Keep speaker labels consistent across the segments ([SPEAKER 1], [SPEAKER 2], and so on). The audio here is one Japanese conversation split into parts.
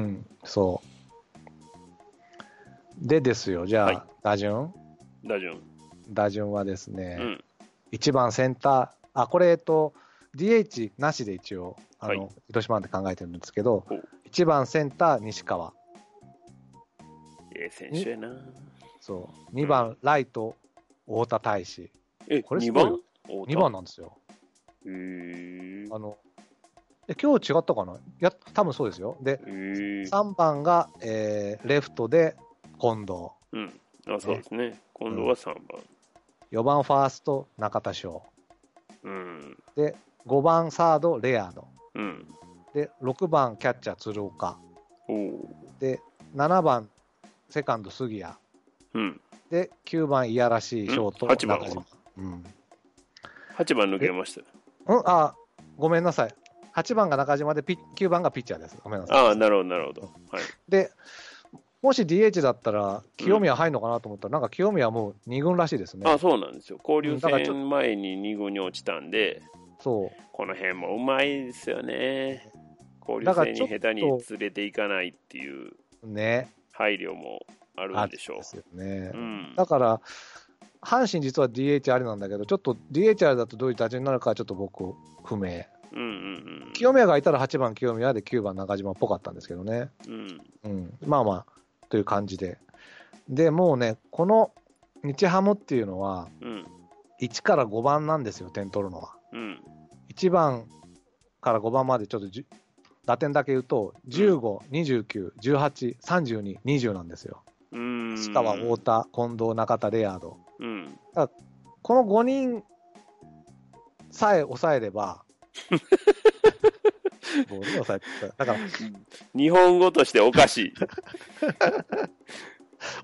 [SPEAKER 1] うん、そう。でですよ、じゃあ、
[SPEAKER 2] はい
[SPEAKER 1] 打順
[SPEAKER 2] 大丈夫。
[SPEAKER 1] 打順はです
[SPEAKER 2] う
[SPEAKER 1] ね、
[SPEAKER 2] ん。
[SPEAKER 1] 一1番センター、あ、これ、えっと、DH なしで一応、あの、
[SPEAKER 2] はい
[SPEAKER 1] 広島なんて考えてるんですけど
[SPEAKER 2] ほう、
[SPEAKER 1] 1番センター、西川。
[SPEAKER 2] ええ選手やな。
[SPEAKER 1] そう。2番、ライト、太田大志。
[SPEAKER 2] え、
[SPEAKER 1] これ
[SPEAKER 2] 二
[SPEAKER 1] すごい
[SPEAKER 2] 番
[SPEAKER 1] 2番。なんですよ。
[SPEAKER 2] へえ。
[SPEAKER 1] あの、え今日違ったかないや、多分そうですよ。で、
[SPEAKER 2] へえ。
[SPEAKER 1] 3番が、えーレフトで近藤。
[SPEAKER 2] うん。あ、そうですね。今度は三番。
[SPEAKER 1] 4番ファースト、中田翔。
[SPEAKER 2] うん。
[SPEAKER 1] で、5番サード、レアード。
[SPEAKER 2] うん。
[SPEAKER 1] で、6番キャッチャー、鶴岡。
[SPEAKER 2] おお。
[SPEAKER 1] で、7番セカンド、杉谷。
[SPEAKER 2] うん。
[SPEAKER 1] で、9番いやらしい、ショート、
[SPEAKER 2] うん八番は
[SPEAKER 1] 中島。うん。
[SPEAKER 2] 八番抜けました。
[SPEAKER 1] うん、あ、ごめんなさい。8番が中島でピ、9番がピッチャーです。ごめんなさい。
[SPEAKER 2] ああ、なるほど、なるほど。はい。
[SPEAKER 1] で、もし DH だったら、清宮入るのかなと思ったら、なんか清宮はもう2軍らしいですね。
[SPEAKER 2] あそうなんですよ。交流
[SPEAKER 1] うんだからちょっ
[SPEAKER 2] 戦前に2軍に落ちたんで、
[SPEAKER 1] そう。
[SPEAKER 2] この辺もうまいですよね。交流戦に下手に連れていかないっていう
[SPEAKER 1] ね。
[SPEAKER 2] 配慮もあるんでしょ
[SPEAKER 1] あですよね
[SPEAKER 2] う。うん。
[SPEAKER 1] だから、阪神実は DH ありなんだけど、ちょっと DH ありだとどういう打順になるかはちょっと僕、不明。
[SPEAKER 2] うんうん
[SPEAKER 1] 清宮がいたら8番清宮で9番中島っぽかったんですけどね。
[SPEAKER 2] うん。うん。
[SPEAKER 1] うん。まあまあ、という感じで。で、もうね、この日ハムっていうのは、
[SPEAKER 2] うん。
[SPEAKER 1] 1から5番なんですよ、点取るのは。
[SPEAKER 2] うん。
[SPEAKER 1] 1番から5番までちょっとじゅ打点だけ言うと、15、29、18、32、20なんですよ。
[SPEAKER 2] うん。
[SPEAKER 1] 石川、太田、近藤、中田、レアード。
[SPEAKER 2] うん。
[SPEAKER 1] この5人さえ抑えれ ば、5人抑えてただから、
[SPEAKER 2] 日本語としてお かしい。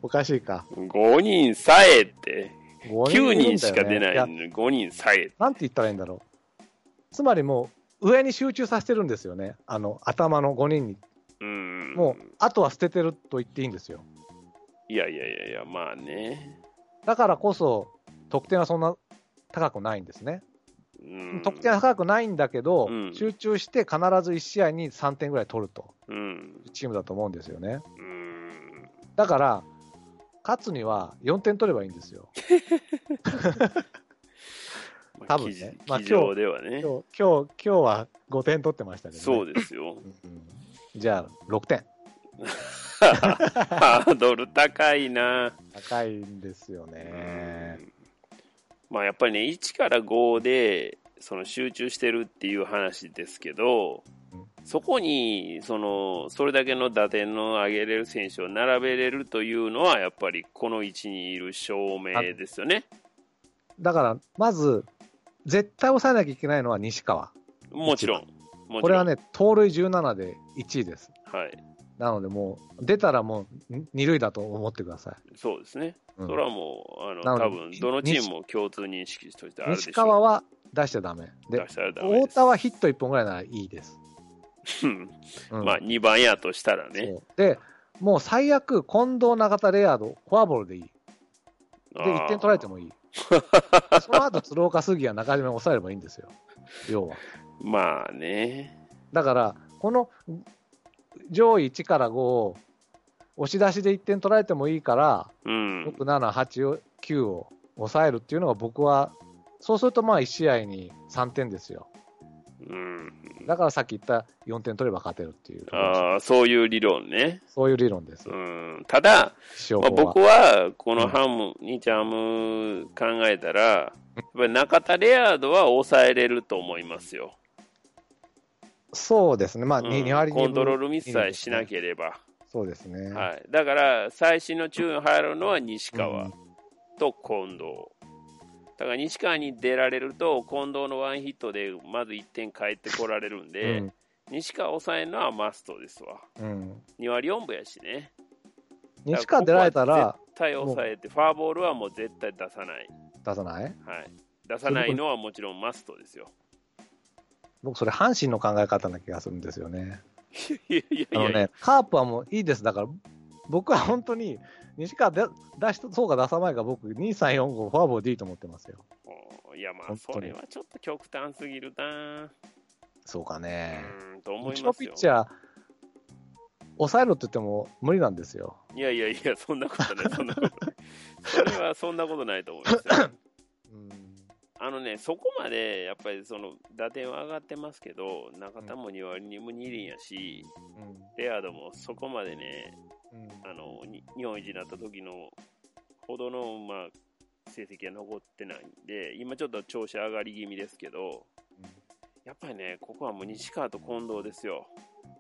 [SPEAKER 1] おかしいか。
[SPEAKER 2] 5人さえって、
[SPEAKER 1] 5
[SPEAKER 2] 9
[SPEAKER 1] いるんだよね
[SPEAKER 2] 人しか出ない
[SPEAKER 1] や
[SPEAKER 2] のに5人さえ。
[SPEAKER 1] なんて言ったらいいんだろう。つまりもう、上に集中させてるんですよね。あの、頭の5人に。
[SPEAKER 2] うん。
[SPEAKER 1] もう、あとは捨ててると言っていいんですよ。
[SPEAKER 2] いやいやいやいや、まあね。
[SPEAKER 1] だからこそ、得点はそんな高くないんですね。
[SPEAKER 2] うん。
[SPEAKER 1] 得点は高くないんだけど、
[SPEAKER 2] うん
[SPEAKER 1] 集中して必ず1試合に3点ぐらい取ると
[SPEAKER 2] うん。
[SPEAKER 1] いうチームだと思うんですよね。
[SPEAKER 2] うん。
[SPEAKER 1] だから、勝つには4点取ればいいんですよ。
[SPEAKER 2] まあ
[SPEAKER 1] 多分ね
[SPEAKER 2] 記事
[SPEAKER 1] まあ
[SPEAKER 2] 記上では
[SPEAKER 1] 今
[SPEAKER 2] ね。
[SPEAKER 1] 日、今日、今日は5点取ってましたけど、ね。
[SPEAKER 2] そうですよ。
[SPEAKER 1] うんじゃあ、6点。
[SPEAKER 2] ハードル高いな。
[SPEAKER 1] 高いんですよね。
[SPEAKER 2] まあやっぱりね、1から5で、その集中してるっていう話ですけど
[SPEAKER 1] うん、
[SPEAKER 2] そこに、その、それだけの打点の上げれる選手を並べれるというのは、やっぱりこの位置にいる証明ですよね。
[SPEAKER 1] だから、まず、絶対抑えなきゃいけないのは西川。
[SPEAKER 2] もちろん。もちろん
[SPEAKER 1] これは、ね、盗塁17で1位です。
[SPEAKER 2] はい。
[SPEAKER 1] なので、もう、出たらもう、2塁だと思ってください。
[SPEAKER 2] そうですね。
[SPEAKER 1] うん
[SPEAKER 2] それはもう、あの、
[SPEAKER 1] なので
[SPEAKER 2] 多分、どのチームも共通認識としてあるでしょ
[SPEAKER 1] 西
[SPEAKER 2] う。
[SPEAKER 1] 川は出しちゃダメ。で、
[SPEAKER 2] 出したらダメ
[SPEAKER 1] 太
[SPEAKER 2] です
[SPEAKER 1] 田はヒット1本ぐらいならいいです。
[SPEAKER 2] うん
[SPEAKER 1] うん
[SPEAKER 2] まあ、2番やとしたらね。
[SPEAKER 1] そうで、もう最悪、近藤、中田、レアード、フォアボールでいい。で、
[SPEAKER 2] あー
[SPEAKER 1] 1点取られてもい い。その後、鶴岡、杉谷、中島に抑えればいいんですよ。要は。
[SPEAKER 2] まあね。
[SPEAKER 1] だから、この上位1から5を押し出しで1点取られてもいいから、
[SPEAKER 2] うん。
[SPEAKER 1] 6、7、8を、9を抑えるっていうのが僕は、そうするとまあ1試合に3点ですよ。
[SPEAKER 2] うん。
[SPEAKER 1] だからさっき言った4点取れば勝てるっていう、
[SPEAKER 2] ああ、そういう理論ね。
[SPEAKER 1] そういう理論です
[SPEAKER 2] う。ん。ただ、
[SPEAKER 1] 気象
[SPEAKER 2] まあ、
[SPEAKER 1] 法は
[SPEAKER 2] 僕は、このハム、ニチャム考えたら、やっぱり中田レアードは抑えれると思いますよ。
[SPEAKER 1] そうですね。まあ、
[SPEAKER 2] う
[SPEAKER 1] に
[SPEAKER 2] ん
[SPEAKER 1] 2割2分
[SPEAKER 2] コントロールミスさえしなければ。
[SPEAKER 1] そうですね。
[SPEAKER 2] はい。だから、最新の注意入るのは西
[SPEAKER 1] う
[SPEAKER 2] 川
[SPEAKER 1] ん
[SPEAKER 2] と近藤。だから西川に出られると、近藤のワンヒットでまず1点返ってこられるんで、
[SPEAKER 1] うん
[SPEAKER 2] 西川抑えるのはマストですわ。
[SPEAKER 1] うん、
[SPEAKER 2] 2割4分やしね。
[SPEAKER 1] 西川出られたら
[SPEAKER 2] 絶対抑えて、ファーボールはもう絶対出さない。
[SPEAKER 1] 出さない
[SPEAKER 2] はい。出さないのはもちろんマストですよ。
[SPEAKER 1] 僕、それ阪神の考え方な気がするんですよね。
[SPEAKER 2] いやい
[SPEAKER 1] あ
[SPEAKER 2] や
[SPEAKER 1] の
[SPEAKER 2] いや、
[SPEAKER 1] ね、カープはもういいです。だから、僕は本当に、西川出出しそうか出さないか、僕、2、3、4、5、フォアボールでいいと思ってますよ。
[SPEAKER 2] もういやま
[SPEAKER 1] 本
[SPEAKER 2] あ、
[SPEAKER 1] 当に
[SPEAKER 2] それはちょっと極端すぎるな
[SPEAKER 1] そうか
[SPEAKER 2] う
[SPEAKER 1] ね。
[SPEAKER 2] ーん、と
[SPEAKER 1] う
[SPEAKER 2] 思い
[SPEAKER 1] ち
[SPEAKER 2] ま
[SPEAKER 1] の
[SPEAKER 2] す
[SPEAKER 1] ピッ
[SPEAKER 2] よ。
[SPEAKER 1] チャー、抑えろって言っても無理なんですよ。
[SPEAKER 2] いやいやいや、そんなことない、そんなことない。 それはそんなことないと思いますよ。
[SPEAKER 1] うん
[SPEAKER 2] あのね、そこまでやっぱりその打点は上がってますけど、中田も2割2分2厘やし、レアードもそこまでね、
[SPEAKER 1] うんうん
[SPEAKER 2] あのに日本一になった時のほどの、まあ、成績は残ってないんで、今ちょっと調子上がり気味ですけど、やっぱりね、ここはもう西川と近藤ですよ。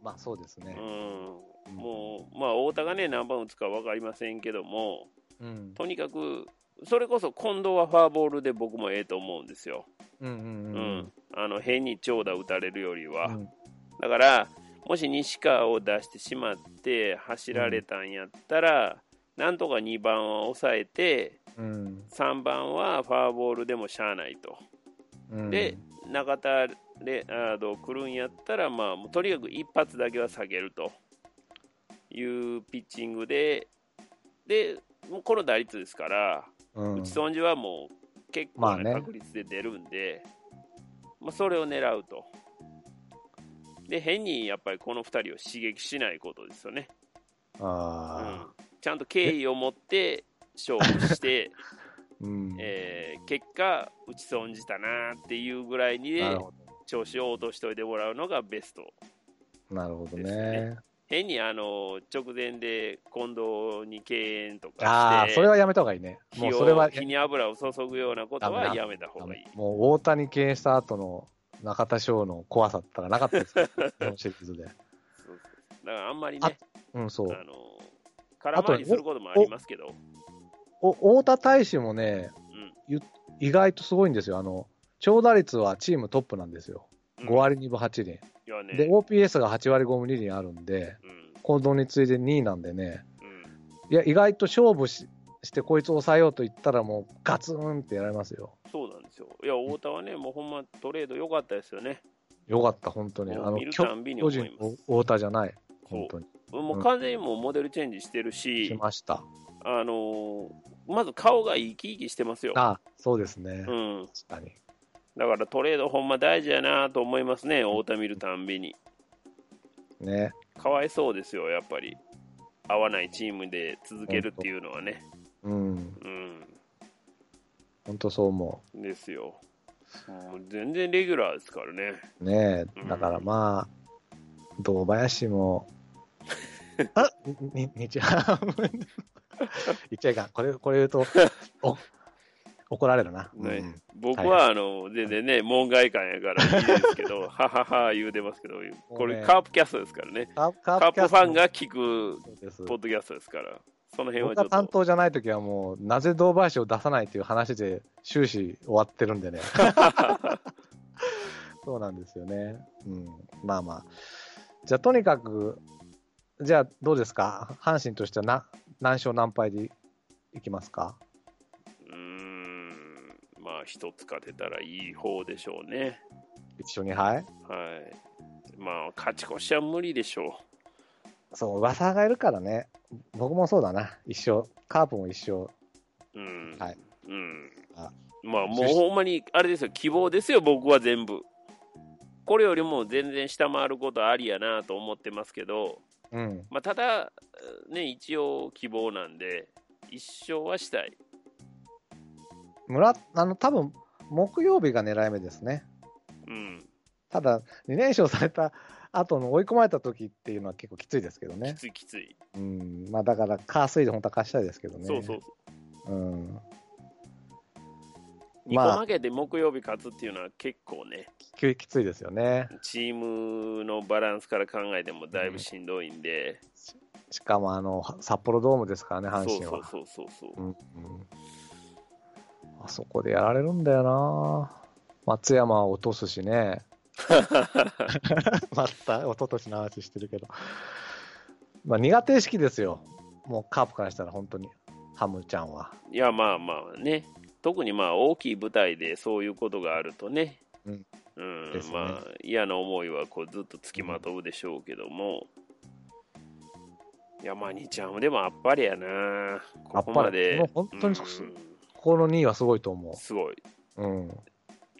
[SPEAKER 1] まあそうですね。
[SPEAKER 2] うん、
[SPEAKER 1] うん
[SPEAKER 2] もう、まあ、太田がね、何番打つか分かりませんけども、
[SPEAKER 1] うん
[SPEAKER 2] とにかく、それこそ近藤はフォアボールで僕もええと思うんですよ。
[SPEAKER 1] うんうん
[SPEAKER 2] うん、
[SPEAKER 1] うん
[SPEAKER 2] あの変に長打打たれるよりは。
[SPEAKER 1] うん
[SPEAKER 2] だから、もし西川を出してしまって走られたんやったら、なんとか2番は抑えて、
[SPEAKER 1] うん
[SPEAKER 2] 3番はフォアボールでもしゃあないと。
[SPEAKER 1] うん
[SPEAKER 2] で、中田レアード来るんやったら、まあ、もうとにかく一発だけは下げるというピッチングで、で、もうこの打率ですから、
[SPEAKER 1] うん
[SPEAKER 2] 打ち損じはもう結構な
[SPEAKER 1] まあね
[SPEAKER 2] 確率で出るんで、まあそれを狙うと。で、変にやっぱりこの2人を刺激しないことですよね。う
[SPEAKER 1] あ
[SPEAKER 2] ん、ちゃんと敬意を持って勝負 して、
[SPEAKER 1] ーうん
[SPEAKER 2] えー結果、打ち損じたなっていうぐらいに
[SPEAKER 1] なるほ
[SPEAKER 2] 調子を落としておいてもらうのがベスト。
[SPEAKER 1] どなるほど
[SPEAKER 2] です
[SPEAKER 1] ね
[SPEAKER 2] ね。変にあの直前で近藤に敬遠と
[SPEAKER 1] あ
[SPEAKER 2] か
[SPEAKER 1] あ、
[SPEAKER 2] し
[SPEAKER 1] それ
[SPEAKER 2] て、
[SPEAKER 1] はやめた方がいいね。も
[SPEAKER 2] 火
[SPEAKER 1] うそれ
[SPEAKER 2] を
[SPEAKER 1] は
[SPEAKER 2] 火に油を注ぐようなこ
[SPEAKER 1] ダ
[SPEAKER 2] と
[SPEAKER 1] メ
[SPEAKER 2] は
[SPEAKER 1] だ
[SPEAKER 2] やめた方がいい。
[SPEAKER 1] もう大谷敬遠した後の中田翔の怖さったらなかったです から、日本シリーズで。
[SPEAKER 2] そうそうだからあんまり
[SPEAKER 1] あ
[SPEAKER 2] ね、
[SPEAKER 1] うん、そ
[SPEAKER 2] あ
[SPEAKER 1] う。
[SPEAKER 2] の空回りすることもありますけど、
[SPEAKER 1] お太田大使もね、
[SPEAKER 2] うん
[SPEAKER 1] 意外とすごいんですよ。あの、長打率はチームトップなんですよ。
[SPEAKER 2] うん
[SPEAKER 1] 5割2分8厘。
[SPEAKER 2] いやね
[SPEAKER 1] で、OPS が8割5分2厘あるんで、
[SPEAKER 2] うん
[SPEAKER 1] 近藤に次いで2位なんでね、
[SPEAKER 2] うん
[SPEAKER 1] いや、意外と勝負しして、こいつ抑えようと言ったら、もうガツンってやられますよ。
[SPEAKER 2] そうなんですよ。いや、太田はね、もうほんまトレード良かったですよね。
[SPEAKER 1] よかった、本当に。あ
[SPEAKER 2] もう
[SPEAKER 1] の、
[SPEAKER 2] 見るたんびに
[SPEAKER 1] 巨
[SPEAKER 2] 思
[SPEAKER 1] 人
[SPEAKER 2] いま
[SPEAKER 1] の
[SPEAKER 2] す。
[SPEAKER 1] 太田じゃない、本当に。
[SPEAKER 2] もう完全にもうモデルチェンジしてる
[SPEAKER 1] し
[SPEAKER 2] し、
[SPEAKER 1] ました。
[SPEAKER 2] あのまず顔が生き生きしてますよ。
[SPEAKER 1] あそうですね。
[SPEAKER 2] う
[SPEAKER 1] 確
[SPEAKER 2] ん、
[SPEAKER 1] かに。
[SPEAKER 2] だからトレードほんま大事やなと思いますね、太田見るたんびに。
[SPEAKER 1] ね。
[SPEAKER 2] かわいそうですよ、やっぱり。合わないチームで続けるっていうのはね。
[SPEAKER 1] うん。
[SPEAKER 2] うん。
[SPEAKER 1] 本当そう思
[SPEAKER 2] ですよ。もう全然レギュラーですからね。
[SPEAKER 1] う。ねえ
[SPEAKER 2] うん
[SPEAKER 1] だからまあ、堂林 も、あに、日 ハム。言っちゃいかん。これ、これ言うと、 お怒られるな。
[SPEAKER 2] ね
[SPEAKER 1] うん
[SPEAKER 2] 僕は、あの、全然ね、門外観やからいいですけ ど、ははは言うてますけど、これカープキャストですからね。
[SPEAKER 1] カープカ
[SPEAKER 2] カー
[SPEAKER 1] キャ
[SPEAKER 2] プ
[SPEAKER 1] ス
[SPEAKER 2] フ
[SPEAKER 1] ト
[SPEAKER 2] ァンが聞く
[SPEAKER 1] そうです。
[SPEAKER 2] ポッドキャストですから、その辺は
[SPEAKER 1] 僕
[SPEAKER 2] ちょ
[SPEAKER 1] が
[SPEAKER 2] っ
[SPEAKER 1] 担
[SPEAKER 2] と。
[SPEAKER 1] 当じゃないときはもう、なぜ堂林を出さないという話で終始終わってるんで ね。そうなんですよね。うん。まあまあ。じゃあ、とにかく、じゃあ、どうですか阪神としてはな何勝何敗でいきますか
[SPEAKER 2] うーん、まあ、一つ勝てたらいい方でしょうね。
[SPEAKER 1] 一緒に敗
[SPEAKER 2] はい。まあ、勝ち越しは無理でしょう。
[SPEAKER 1] そう、噂がいるからね。僕もそうだな。一勝。カープも一勝。
[SPEAKER 2] うん
[SPEAKER 1] はい
[SPEAKER 2] うん
[SPEAKER 1] あ。
[SPEAKER 2] まあもうほんまにあれですよ希望ですよ僕は全部。これよりも全然下回ることありやなと思ってますけど、
[SPEAKER 1] うん。
[SPEAKER 2] まあ、ただ、ね、一応希望なんで、一勝はしたい。
[SPEAKER 1] 村、あの、多分、木曜日が狙い目ですね。
[SPEAKER 2] うん。
[SPEAKER 1] ただ、2連勝された後の追い込まれた時っていうのは結構きついですけど
[SPEAKER 2] き
[SPEAKER 1] ね。
[SPEAKER 2] ついきつい。
[SPEAKER 1] うん。まあだから、カースイで本当は勝ちたいですけどね。
[SPEAKER 2] そうそう。
[SPEAKER 1] う。うん。
[SPEAKER 2] 2
[SPEAKER 1] まあ
[SPEAKER 2] 個負けて木曜日勝つっていうのは結構ね、
[SPEAKER 1] ききついですよね。
[SPEAKER 2] チームのバランスから考えてもだいぶしんどいんで、
[SPEAKER 1] しかも、あの、札幌ドームですからね、阪
[SPEAKER 2] そう
[SPEAKER 1] 神
[SPEAKER 2] そう
[SPEAKER 1] は。
[SPEAKER 2] そうそうそう。
[SPEAKER 1] うんうんあそこでやられるんだよな。松山は落とすし ね。また、一昨年の話してるけど。まあ、苦手意識ですよ。もうカープからしたら本当に、ハムちゃんは。
[SPEAKER 2] いや、まあまあね、特にまあ大きい舞台でそういうことがあるとね、
[SPEAKER 1] うん
[SPEAKER 2] うん
[SPEAKER 1] ですね
[SPEAKER 2] まあ嫌な思いはこうずっとつきまとうでしょうけども、いや、まあ、兄ちゃんもでもあっぱれやな、ここまで。
[SPEAKER 1] あっぱれもう本当に
[SPEAKER 2] うん
[SPEAKER 1] この2位はすごいと思
[SPEAKER 2] すごい、
[SPEAKER 1] う。うん。いや、
[SPEAKER 2] こ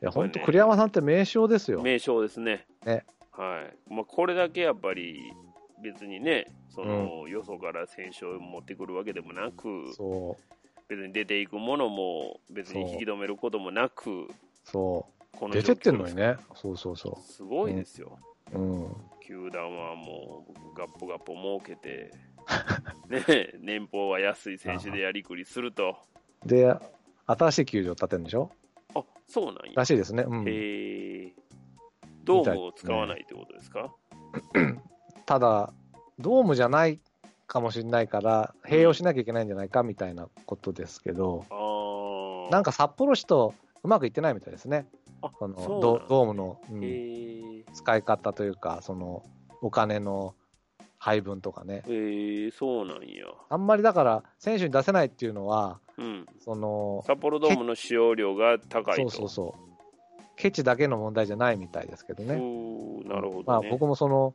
[SPEAKER 2] れ
[SPEAKER 1] 本
[SPEAKER 2] ね
[SPEAKER 1] 当、栗山さんって名将ですよ。
[SPEAKER 2] 名称ですね。
[SPEAKER 1] ね
[SPEAKER 2] はいまあ、これだけやっぱり、別にね、その、よそから選手を持ってくるわけでもなく、
[SPEAKER 1] そう、
[SPEAKER 2] 別に出ていくものも、別に引き止めることもなく、
[SPEAKER 1] そ
[SPEAKER 2] こ
[SPEAKER 1] う。
[SPEAKER 2] の
[SPEAKER 1] 出てってんのにね。そうそうそ
[SPEAKER 2] すごいですよ、
[SPEAKER 1] う。うん。
[SPEAKER 2] 球団はもう、ガッポガッポ儲 けて、ね、年俸は安い選手でやりくりすると、
[SPEAKER 1] で、新しい球場建てるんでしょ
[SPEAKER 2] あそうなんや
[SPEAKER 1] ら、しいですね。うん。
[SPEAKER 2] へえ、ドームを使わないってことですか、
[SPEAKER 1] ただ、ドームじゃないかもしれないから、併用しなきゃいけないんじゃないかみたいなことですけど、
[SPEAKER 2] あー
[SPEAKER 1] なんか札幌市とうまくいってないみたいですね。
[SPEAKER 2] あ
[SPEAKER 1] その
[SPEAKER 2] そう
[SPEAKER 1] ド
[SPEAKER 2] なん
[SPEAKER 1] ドームの、うん
[SPEAKER 2] へー
[SPEAKER 1] 使い方というか、そのお金の配分とかね。
[SPEAKER 2] へえ、そうなんや。
[SPEAKER 1] あんまりだから、選手に出せないっていうのは、
[SPEAKER 2] うん。
[SPEAKER 1] その、
[SPEAKER 2] 札幌ドームの使用量が高い
[SPEAKER 1] そう
[SPEAKER 2] と。
[SPEAKER 1] そうそう、ケチだけの問題じゃないみたいですけどね。
[SPEAKER 2] うーなるほどね。
[SPEAKER 1] まあ、僕もその、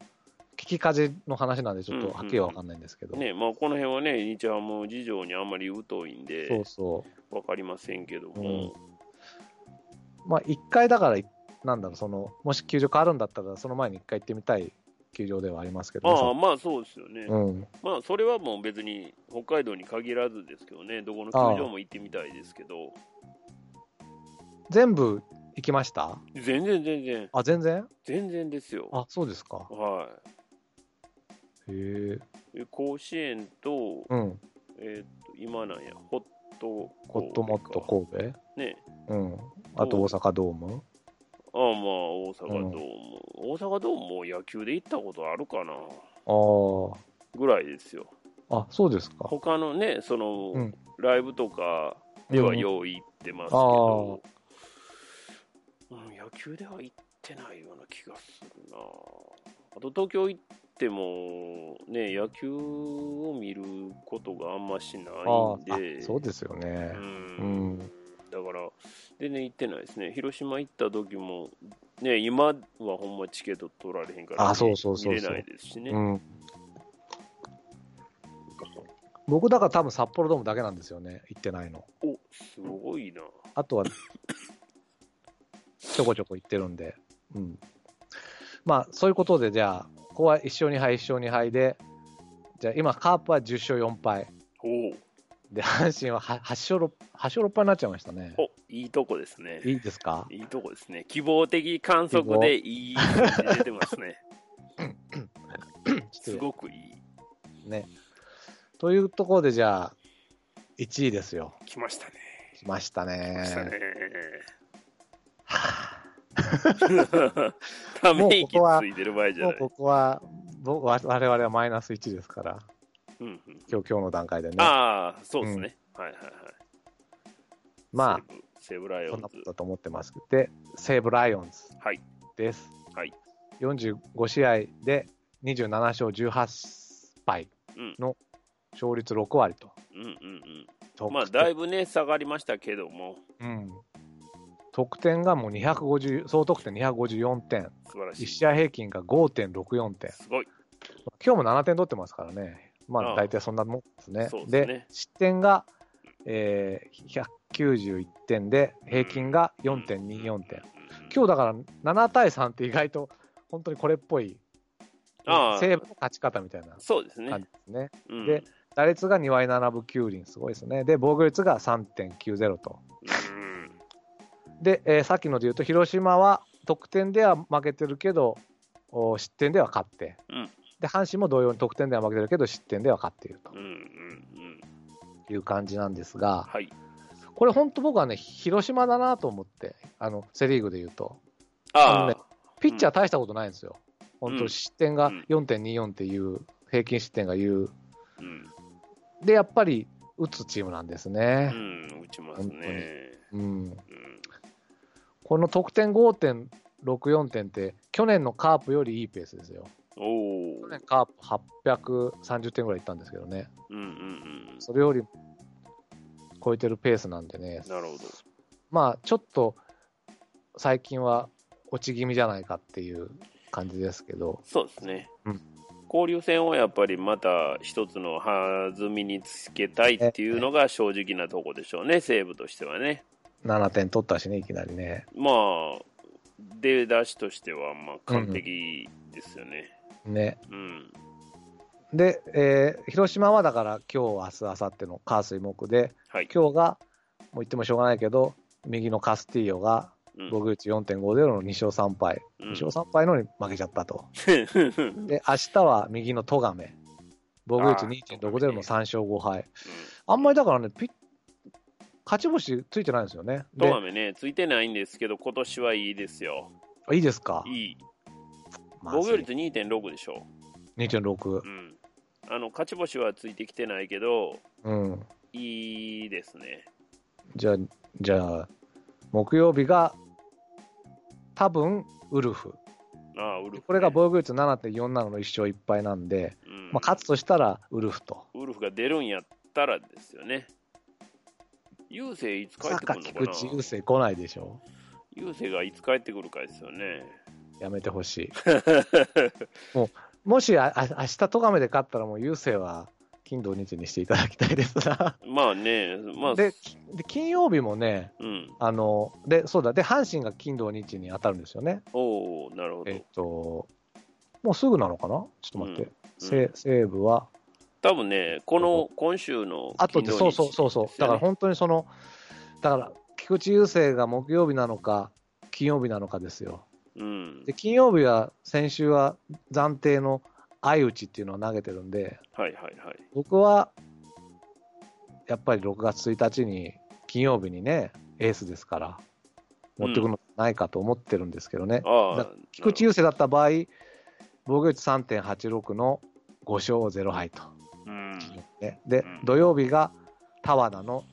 [SPEAKER 1] 聞き風の話なんで、ちょっと
[SPEAKER 2] うんうん
[SPEAKER 1] はっきりは分かんないんですけど、
[SPEAKER 2] ねまあ、この辺はね、日ハム事情にあんまり疎いん
[SPEAKER 1] そ
[SPEAKER 2] で
[SPEAKER 1] う、そ
[SPEAKER 2] わかりませんけども、
[SPEAKER 1] う、まあ、一回だから、なんだろう、その、もし球場変わるんだったら、その前に一回行ってみたい球場ではありますけどね、
[SPEAKER 2] ああ、まあそうですよね、
[SPEAKER 1] うん、
[SPEAKER 2] まあそれはもう別に北海道に限らずですけどね、どこの球場も行ってみたいですけど、
[SPEAKER 1] 全部行きました
[SPEAKER 2] 全然、全然、
[SPEAKER 1] あ、全然
[SPEAKER 2] 全然ですよ、
[SPEAKER 1] あ、そうですか。
[SPEAKER 2] は
[SPEAKER 1] へえ。
[SPEAKER 2] い、え甲子園と、
[SPEAKER 1] うん、
[SPEAKER 2] えーっと今なんや、ホット
[SPEAKER 1] ホットモット
[SPEAKER 2] コ
[SPEAKER 1] 神
[SPEAKER 2] ね、
[SPEAKER 1] 戸、うん、あと大阪ドーム、
[SPEAKER 2] ああまあ大阪ドーム、
[SPEAKER 1] うん
[SPEAKER 2] 大阪ドームも野球で行ったことあるかなぐらいですよ
[SPEAKER 1] ああ、あ、そうですか。
[SPEAKER 2] 他のねその、
[SPEAKER 1] うん
[SPEAKER 2] ライブとかではよう行ってますけど、うん、野球では行ってないような気がするなあと東京行ってもね野球を見ることがあんましな
[SPEAKER 1] あーあ
[SPEAKER 2] いんで
[SPEAKER 1] そうですよね。う
[SPEAKER 2] うん
[SPEAKER 1] ん
[SPEAKER 2] だから、全然行ってないですね、広島行った時も、ね、今はほんまチケット取られへんから、
[SPEAKER 1] あそうそうそうそう
[SPEAKER 2] 見れないですしね、
[SPEAKER 1] うん、僕だから多分札幌ドームだけなんですよね行ってないの
[SPEAKER 2] おすごいな、
[SPEAKER 1] あ とはちょこちょこ行ってるんで、うん、まあそういうことでじゃあここは1勝2敗1勝2敗でじゃあ今カープは10勝4敗
[SPEAKER 2] おう
[SPEAKER 1] で阪神はは 8, 勝 6, 8勝6敗になっちゃいましたね
[SPEAKER 2] おいいとこですね、
[SPEAKER 1] いいですか
[SPEAKER 2] いいとこですね、希望的観測でいい感じ出てま すね、すごくいい、
[SPEAKER 1] ねというところでじゃあ1位ですよ
[SPEAKER 2] 来ましたね、
[SPEAKER 1] 来ました
[SPEAKER 2] 来ました
[SPEAKER 1] ね
[SPEAKER 2] ね。ため息ついてる場合じゃ
[SPEAKER 1] も
[SPEAKER 2] な
[SPEAKER 1] う
[SPEAKER 2] い。
[SPEAKER 1] ここは僕我我々はマイナス1ですから
[SPEAKER 2] うんうん
[SPEAKER 1] 今日今日の段階でね
[SPEAKER 2] ああ、そうですね、はいはいはい。
[SPEAKER 1] まあ
[SPEAKER 2] 西武、西武ライオ
[SPEAKER 1] そん
[SPEAKER 2] ン
[SPEAKER 1] な
[SPEAKER 2] ズ
[SPEAKER 1] こ。とだと思ってますで西武ライオンズ
[SPEAKER 2] はい。
[SPEAKER 1] です、
[SPEAKER 2] はい、
[SPEAKER 1] 45試合で27勝18敗
[SPEAKER 2] うん
[SPEAKER 1] の勝率6割と、
[SPEAKER 2] うんうん
[SPEAKER 1] 得
[SPEAKER 2] うん。
[SPEAKER 1] 点
[SPEAKER 2] まあ、だいぶね、下がりましたけども、
[SPEAKER 1] うん、得点がもう250総得点254点
[SPEAKER 2] 素晴らし
[SPEAKER 1] 1
[SPEAKER 2] い。
[SPEAKER 1] 試合平均が5.64点
[SPEAKER 2] すごい。
[SPEAKER 1] 今日も7点取ってますからね、ま
[SPEAKER 2] あ
[SPEAKER 1] あ
[SPEAKER 2] あ
[SPEAKER 1] 大体そんなもんですね。
[SPEAKER 2] そうですね
[SPEAKER 1] 失点が、えー191点で、平均が4.24点。今
[SPEAKER 2] 日、
[SPEAKER 1] 日だから7対3って意外と本当にこれっぽい、
[SPEAKER 2] ああ
[SPEAKER 1] 西武の勝ち方みたいな
[SPEAKER 2] そうですね
[SPEAKER 1] 感。じですね。
[SPEAKER 2] うん
[SPEAKER 1] で、打率が2割7分9厘、すごいですね。で、防御率が3.90と。
[SPEAKER 2] うん
[SPEAKER 1] で、えーさっきので言うと、広島は得点では負けてるけど、お失点では勝って、
[SPEAKER 2] うん
[SPEAKER 1] で阪神も同様に得点では負けてるけど、失点では勝っている
[SPEAKER 2] うんうんうん。
[SPEAKER 1] という感じなんですが、
[SPEAKER 2] はい。
[SPEAKER 1] これ、本当、僕はね、広島だなと思って、あのセ・リーグで言うと、
[SPEAKER 2] あ
[SPEAKER 1] ねピッチャー大したことないんですよ、本
[SPEAKER 2] うん
[SPEAKER 1] 当、失点が
[SPEAKER 2] うん
[SPEAKER 1] 4.24っていう、平均失点が言う、
[SPEAKER 2] あ、うん。
[SPEAKER 1] で、やっぱり打つチームなんです
[SPEAKER 2] う
[SPEAKER 1] ね。
[SPEAKER 2] ん、打ちますね。
[SPEAKER 1] うん
[SPEAKER 2] うん
[SPEAKER 1] この得点5.64点って、去年のカープよりいいペースですよ。
[SPEAKER 2] おお
[SPEAKER 1] 去。年カープ830点ぐらいいったんですけどね、
[SPEAKER 2] うんうんうん。
[SPEAKER 1] それより超えてるペースなんでね、
[SPEAKER 2] なるほど。
[SPEAKER 1] まあちょっと最近は落ち気味じゃないかっていう感じですけど、
[SPEAKER 2] そうですね
[SPEAKER 1] うん。
[SPEAKER 2] 交流戦をやっぱりまた一つの弾みにつけたいっていうのが正直なとこでしょうね、西武としてはね。
[SPEAKER 1] 7点取ったしね、いきなりね。
[SPEAKER 2] まあ、出だしとしてはまあ完璧ですよね。
[SPEAKER 1] ね
[SPEAKER 2] うん。
[SPEAKER 1] で、えー広島はだから今日、明日、明後日の火水木で、
[SPEAKER 2] はい。
[SPEAKER 1] 今日が、もう言ってもしょうがないけど、右のカスティーヨが
[SPEAKER 2] うん
[SPEAKER 1] 防御率4.50の2勝3敗、
[SPEAKER 2] う
[SPEAKER 1] 2
[SPEAKER 2] ん
[SPEAKER 1] 勝3敗のに負けちゃったと。
[SPEAKER 2] うん
[SPEAKER 1] で、明日は右の戸亀、防御率
[SPEAKER 2] あー
[SPEAKER 1] 2.60の3勝5敗。あんまりだからね、ピッ勝ち星ついてないんですよね。
[SPEAKER 2] ト
[SPEAKER 1] で
[SPEAKER 2] ガ、メね、ついてないんですけど、今年はいいですよ。
[SPEAKER 1] いいですか
[SPEAKER 2] いい。
[SPEAKER 1] まず
[SPEAKER 2] 防御率2.6でしょ。
[SPEAKER 1] 2.6
[SPEAKER 2] う。ん。あの、勝ち星はついてきてないけど、
[SPEAKER 1] うん。
[SPEAKER 2] いいですね。
[SPEAKER 1] じゃあ、じゃあ、木曜日が、多分、ウルフ。
[SPEAKER 2] ああ、ウルフね、
[SPEAKER 1] これが防御率7.47の1勝1敗なんで、
[SPEAKER 2] うん
[SPEAKER 1] まあ、勝つとしたらウルフと。
[SPEAKER 2] ウルフが出るんやったらですよね。優勢いつ帰っ
[SPEAKER 1] ま
[SPEAKER 2] てく
[SPEAKER 1] か
[SPEAKER 2] るのか
[SPEAKER 1] 菊
[SPEAKER 2] な
[SPEAKER 1] 池雄星来ないでしょ。
[SPEAKER 2] 優勢がいつ帰ってくるかですよね。
[SPEAKER 1] やめてほしい。もしああ明日トガメで勝ったらもう雄星は金土日にしていただきたいですな。
[SPEAKER 2] まあね、まあ、
[SPEAKER 1] できで金曜日もね、
[SPEAKER 2] うん。
[SPEAKER 1] あのでそうだで阪神が金土日に当たるんですよね。
[SPEAKER 2] おおなるほ
[SPEAKER 1] えっ
[SPEAKER 2] ど。
[SPEAKER 1] ともうすぐなのかな？ちょっと待って。
[SPEAKER 2] うん
[SPEAKER 1] せ西武は
[SPEAKER 2] 多分ね、この今週の
[SPEAKER 1] あとでそうそうそうそう、だから本当にそのだから菊池雄星が木曜日なのか金曜日なのかですよ。
[SPEAKER 2] 当うん
[SPEAKER 1] で。金曜日は先週は暫定の相打ちっていうのを投げてるんで
[SPEAKER 2] はいはいはい。
[SPEAKER 1] 僕はやっぱり6月1日に金曜日にねエースですから持ってくるのないかと思ってるんですけどね、だ
[SPEAKER 2] ああ、
[SPEAKER 1] 菊池雄星だった場合防御率3.86の5勝0敗と、
[SPEAKER 2] うん。
[SPEAKER 1] ね、で
[SPEAKER 2] うん
[SPEAKER 1] 土曜日が田和田の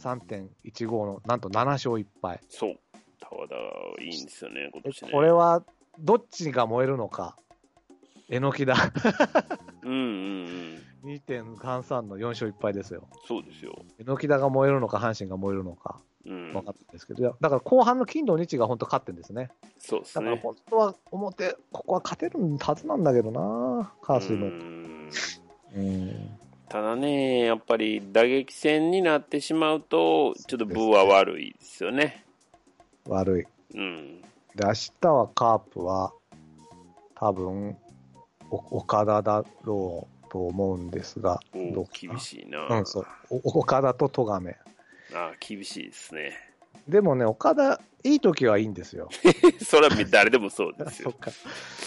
[SPEAKER 1] 3.15のなんと7勝1敗
[SPEAKER 2] そう。田和田いいんですよね、今年ね。
[SPEAKER 1] これはどっちが燃えるのかえのきだ
[SPEAKER 2] うんうんうん。
[SPEAKER 1] 2.33の4勝1敗ですよ。
[SPEAKER 2] そうですよ。
[SPEAKER 1] 榎田が燃えるのか、阪神が燃えるのか
[SPEAKER 2] うん
[SPEAKER 1] 分。かったんですけど、いやだから後半の金土日が本当勝ってるんですね。
[SPEAKER 2] そうです
[SPEAKER 1] だから
[SPEAKER 2] ね。
[SPEAKER 1] 本当は表、ここは勝てるはずなんだけどな、カース
[SPEAKER 2] う
[SPEAKER 1] の。
[SPEAKER 2] ん
[SPEAKER 1] うん
[SPEAKER 2] ただね、やっぱり打撃戦になってしまうと、ちょっと分は悪いですよね。
[SPEAKER 1] 悪い。
[SPEAKER 2] うん。
[SPEAKER 1] で、明日はカープは、多分お岡田だろうと思うんですが、
[SPEAKER 2] お
[SPEAKER 1] どうかな
[SPEAKER 2] 厳しいな。
[SPEAKER 1] うん、そうお岡田と戸亀。
[SPEAKER 2] あ厳しいですね。
[SPEAKER 1] でもね、岡田、いい時はいいんですよ。
[SPEAKER 2] それは誰でもそう です
[SPEAKER 1] そっ
[SPEAKER 2] よ。
[SPEAKER 1] か。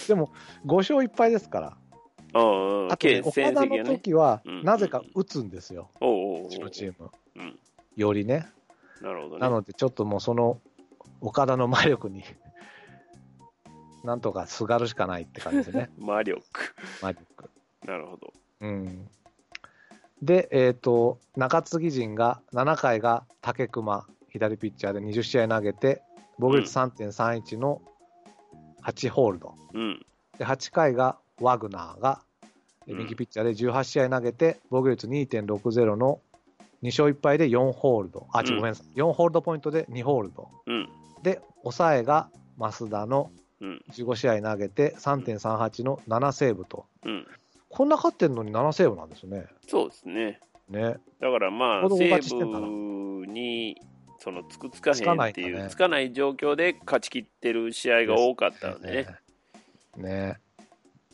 [SPEAKER 1] でも、5勝1敗ですから。
[SPEAKER 2] うんうん。
[SPEAKER 1] あと、ね、
[SPEAKER 2] け
[SPEAKER 1] 岡田
[SPEAKER 2] 戦績が
[SPEAKER 1] の
[SPEAKER 2] ね。
[SPEAKER 1] 時は、
[SPEAKER 2] うん
[SPEAKER 1] なぜか打つんですよ、
[SPEAKER 2] おうおうおう
[SPEAKER 1] うちのチーム。
[SPEAKER 2] うん
[SPEAKER 1] よりね。
[SPEAKER 2] なるほどね。、
[SPEAKER 1] なので、ちょっともうその、岡田の魔力に、 なんとかすがるしかないって感じですね
[SPEAKER 2] 魔力。
[SPEAKER 1] 魔力。
[SPEAKER 2] なるほど。
[SPEAKER 1] うん。で、えっ、と、中継ぎ陣が、7回が竹熊、左ピッチャーで20試合投げて、防御率3.31の8ホールド。
[SPEAKER 2] うん。
[SPEAKER 1] で8回がワグナーがえ
[SPEAKER 2] うん
[SPEAKER 1] 右ピッチャーで18試合投げて防御率2.60の2勝1敗で4ホールドあ、
[SPEAKER 2] うん
[SPEAKER 1] ちょごめんなさい4ホールドポイントで2ホールド
[SPEAKER 2] うん。
[SPEAKER 1] で抑えが増田の
[SPEAKER 2] うん。
[SPEAKER 1] 15試合投げて3.38の7セーブと
[SPEAKER 2] うん。
[SPEAKER 1] こんな勝ってんのに7セーブなんですね
[SPEAKER 2] そうですね。
[SPEAKER 1] ね
[SPEAKER 2] だからまあ、
[SPEAKER 1] 子供
[SPEAKER 2] 西
[SPEAKER 1] 勝ちしてんだな
[SPEAKER 2] 武に、そのつくつかへ
[SPEAKER 1] つか
[SPEAKER 2] ん
[SPEAKER 1] ない
[SPEAKER 2] っ
[SPEAKER 1] ん
[SPEAKER 2] て
[SPEAKER 1] だ
[SPEAKER 2] い
[SPEAKER 1] ね
[SPEAKER 2] う、つかない状況で勝ち切ってる試合が多かったんでね。
[SPEAKER 1] ねね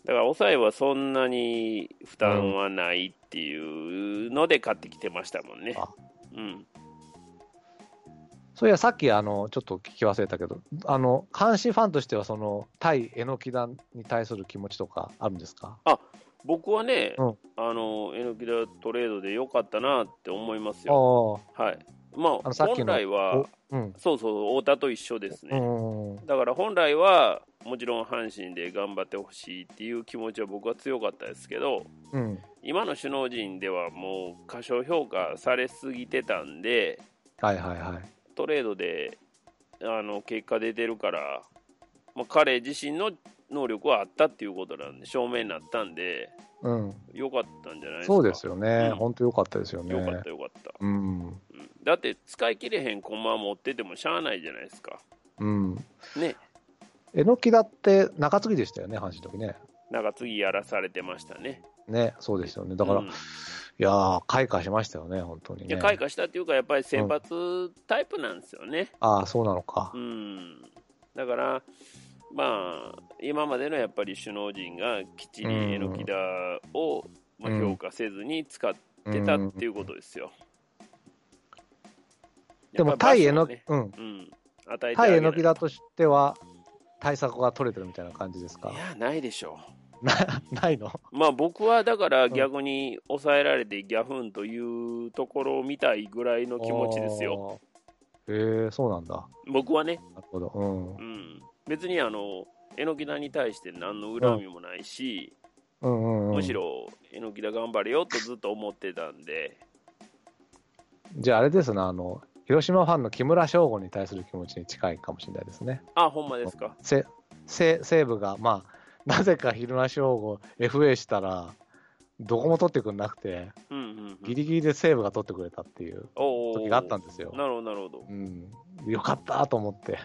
[SPEAKER 2] だから抑えはそんなに負担はないっていうので買ってきてましたもんね。
[SPEAKER 1] あ
[SPEAKER 2] うん、
[SPEAKER 1] そういやさっきあのちょっと聞き忘れたけどあの阪神ファンとしてはその対榎木団に対する気持ちとかあるんですか
[SPEAKER 2] 僕はね、
[SPEAKER 1] うん
[SPEAKER 2] あのえのきだトレードで良かったなって思います
[SPEAKER 1] ああ
[SPEAKER 2] よ。はい、ま
[SPEAKER 1] あ
[SPEAKER 2] あ
[SPEAKER 1] のさっき
[SPEAKER 2] 本
[SPEAKER 1] の
[SPEAKER 2] 来は
[SPEAKER 1] おうん
[SPEAKER 2] そうそう太田と一緒ですね。
[SPEAKER 1] うん
[SPEAKER 2] だから本来はもちろん阪神で頑張ってほしいっていう気持ちは僕は強かったですけど
[SPEAKER 1] うん
[SPEAKER 2] 今の首脳陣ではもう過小評価されすぎてたんで
[SPEAKER 1] はいはいはい。
[SPEAKER 2] トレードであの結果出てるから、まあ、彼自身の能力はあったっていうことなんで証明になったんで
[SPEAKER 1] うん、
[SPEAKER 2] よかったんじゃないですか
[SPEAKER 1] そうですよね、
[SPEAKER 2] うん
[SPEAKER 1] 本当良かったですよね。
[SPEAKER 2] よかったよかった、
[SPEAKER 1] うん、
[SPEAKER 2] うんだって使い切れへん駒持っててもしゃあないじゃないですか
[SPEAKER 1] うん。
[SPEAKER 2] ね
[SPEAKER 1] えのきだって中継ぎでしたよね、阪神の時ね。
[SPEAKER 2] 中継ぎやらされてましたね
[SPEAKER 1] ね、そうですよね。だから、
[SPEAKER 2] うん
[SPEAKER 1] い
[SPEAKER 2] い
[SPEAKER 1] やー、開花しましたよね、本当にね。
[SPEAKER 2] や開花したっていうかやっぱり先発タイプなんですよね
[SPEAKER 1] ああ、そうなのか
[SPEAKER 2] う。んだからまあ、今までのやっぱり首脳陣がきっちり榎田を、まあ、
[SPEAKER 1] うん
[SPEAKER 2] 評価せずに使ってたっていうことですよ。
[SPEAKER 1] でも、
[SPEAKER 2] やっぱ
[SPEAKER 1] 対
[SPEAKER 2] り
[SPEAKER 1] えの、
[SPEAKER 2] 罰をね
[SPEAKER 1] うん。
[SPEAKER 2] うん、与
[SPEAKER 1] 対
[SPEAKER 2] えてあげ
[SPEAKER 1] え
[SPEAKER 2] な
[SPEAKER 1] の
[SPEAKER 2] い
[SPEAKER 1] きだとしては、対策が取れてるみたいな感じですか
[SPEAKER 2] いや、ないでしょ
[SPEAKER 1] なないの
[SPEAKER 2] う。まあ、僕はだから逆に抑えられてギャフンというところを見たいぐらいの気持ちですよ。
[SPEAKER 1] よ。へえそうなんだ。
[SPEAKER 2] 僕はね、
[SPEAKER 1] なるほど。うん
[SPEAKER 2] う。ん、別にあの榎田に対して何の恨みもないし、
[SPEAKER 1] うんうんうん、
[SPEAKER 2] むしろ榎田頑張れよとずっと思ってたんで、
[SPEAKER 1] じゃああれですなあの広島ファンの木村翔吾に対する気持ちに近いかもしれないですね。
[SPEAKER 2] あ、ほんまですか。
[SPEAKER 1] せせ西武がまあなぜか広島翔吾 FA したらどこも取ってくれなくて
[SPEAKER 2] うんうん、うん。
[SPEAKER 1] ギリギリで西武が取ってくれたっていう
[SPEAKER 2] おー
[SPEAKER 1] 時があったんですよ。
[SPEAKER 2] なるほど、なるほど。
[SPEAKER 1] うん、よかったと思って。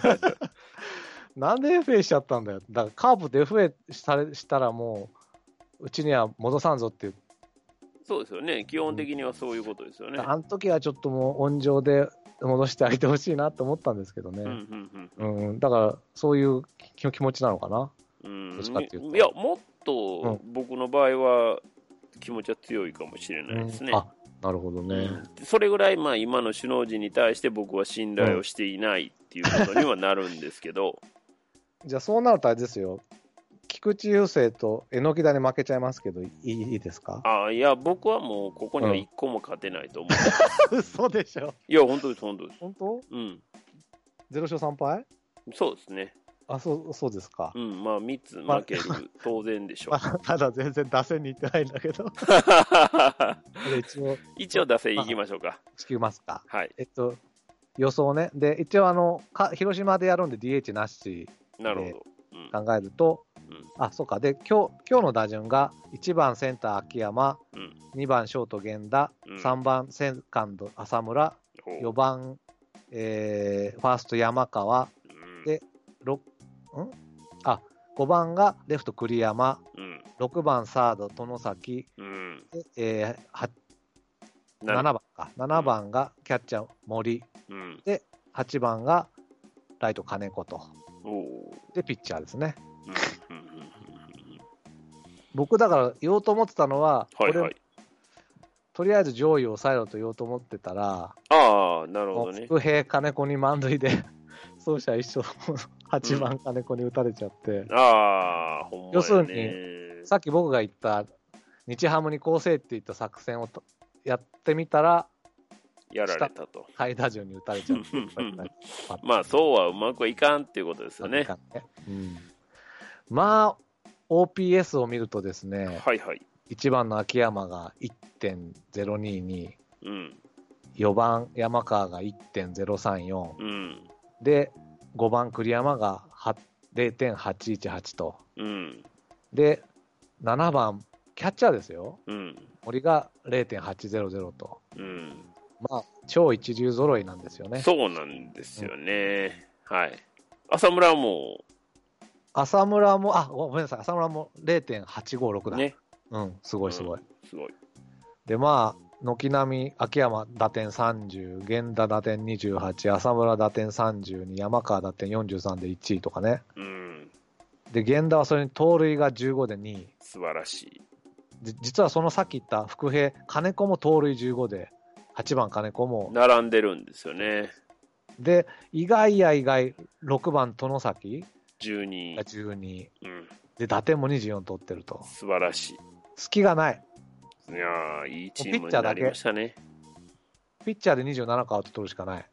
[SPEAKER 1] なんで FA しちゃったんだよ。だからカープで FA したれしたらもううちには戻さんぞっていう
[SPEAKER 2] そうですよね。基本的にはそういうことですよね。
[SPEAKER 1] あの時はちょっともう温情で戻してあげてほしいなと思ったんですけど
[SPEAKER 2] うん
[SPEAKER 1] ね、
[SPEAKER 2] うん
[SPEAKER 1] うんだからそういう気気持ちなのかな、
[SPEAKER 2] うん
[SPEAKER 1] どっちかっていうと
[SPEAKER 2] うんいや、もっと僕の場合は気持ちは強いかもしれないですね。
[SPEAKER 1] あなるほどね、
[SPEAKER 2] うんそれぐらい、まあ、今の首脳陣に対して僕は信頼をしていないっていうことにはなるんですけど、
[SPEAKER 1] じゃあそうなるとあれですよ菊池雄星と榎田に負けちゃいますけどいいいいですか
[SPEAKER 2] あいや、僕はもうここには一個も勝てないと思う。
[SPEAKER 1] 嘘でしょ
[SPEAKER 2] いや、本当です、本当です。
[SPEAKER 1] 本当
[SPEAKER 2] うん、
[SPEAKER 1] ゼロ勝3敗
[SPEAKER 2] そうですね。
[SPEAKER 1] あそうそうですか、
[SPEAKER 2] うん、まあ、3つ負ける、当然でしょう
[SPEAKER 1] ま。あ、ただ全然打線に行ってないんだけどで一応
[SPEAKER 2] 一応、打線いきましょうか。
[SPEAKER 1] 地球ますか
[SPEAKER 2] はい、
[SPEAKER 1] えっと予想ねで一応あのか広島でやるんで DH なし
[SPEAKER 2] なるほど。うん
[SPEAKER 1] 考えると、
[SPEAKER 2] う
[SPEAKER 1] あそうかで今日今日の打順が1番センター秋山、
[SPEAKER 2] うん
[SPEAKER 1] 2番ショート源田、
[SPEAKER 2] うん
[SPEAKER 1] 3番セカンド浅村
[SPEAKER 2] ほう
[SPEAKER 1] 4番、えーファースト山川
[SPEAKER 2] うん
[SPEAKER 1] で六んあ5番がレフト栗山
[SPEAKER 2] うん
[SPEAKER 1] 6番サード外崎
[SPEAKER 2] うん
[SPEAKER 1] で、えーは
[SPEAKER 2] な
[SPEAKER 1] 7番か7番がキャッチャー森
[SPEAKER 2] うん
[SPEAKER 1] 8番がライト金子と
[SPEAKER 2] おお
[SPEAKER 1] でピッチャーですね
[SPEAKER 2] うんうんうんうん
[SPEAKER 1] 僕だから言おうと思ってたのは、
[SPEAKER 2] は い
[SPEAKER 1] こ
[SPEAKER 2] は
[SPEAKER 1] れ
[SPEAKER 2] い
[SPEAKER 1] とりあえず上位を抑えろと言おうと思ってたら、
[SPEAKER 2] ああなる
[SPEAKER 1] も
[SPEAKER 2] ほど
[SPEAKER 1] う
[SPEAKER 2] ね
[SPEAKER 1] 福平、金子に満塁で、 走者一緒、8番金子に打たれちゃって、
[SPEAKER 2] ああほんまやね
[SPEAKER 1] 要するさっき僕が言った、日ハムに構成って言った作戦をとやってみたら、
[SPEAKER 2] やられたと
[SPEAKER 1] 下位打順に打たれちゃって
[SPEAKER 2] うんうんうん、 まあそうはうまくいかんっていうことですよ
[SPEAKER 1] なん
[SPEAKER 2] ね
[SPEAKER 1] かね うんまあ、OPS を見るとですね、
[SPEAKER 2] はいはい
[SPEAKER 1] 1番の秋山が1.022、
[SPEAKER 2] うん
[SPEAKER 1] 4番山川が1.034、
[SPEAKER 2] うん
[SPEAKER 1] で、5番栗山がは0.818と。
[SPEAKER 2] うん
[SPEAKER 1] で、7番、キャッチャーですよ。
[SPEAKER 2] うん
[SPEAKER 1] 森が0.800と。
[SPEAKER 2] うん
[SPEAKER 1] まあ、超一流揃いなんですよね。
[SPEAKER 2] そうなんですよねはい浅村はも
[SPEAKER 1] 浅村も、あ、ごごめんなさい、浅村も0.856
[SPEAKER 2] う
[SPEAKER 1] だ。
[SPEAKER 2] ね
[SPEAKER 1] うん、すごいすごい。
[SPEAKER 2] すごい
[SPEAKER 1] で、まあ、軒並み、秋山打点30、源田打点28、浅村打点32、山川打点43で1位とかね。
[SPEAKER 2] うん
[SPEAKER 1] で、源田はそれに盗塁が15で2位。
[SPEAKER 2] 素晴らしい
[SPEAKER 1] じ実はそのさっき言った福平、金子も盗塁15で、8番金子も、
[SPEAKER 2] 並んでるんですよね
[SPEAKER 1] で、意外や意外、6番外崎
[SPEAKER 2] 12
[SPEAKER 1] が12、
[SPEAKER 2] うん
[SPEAKER 1] で、打点も24取ってると、
[SPEAKER 2] 素晴らしい
[SPEAKER 1] 隙がない、
[SPEAKER 2] いやーいいチームになりましたね。
[SPEAKER 1] ピッチャーで27個アウト取るしか ない。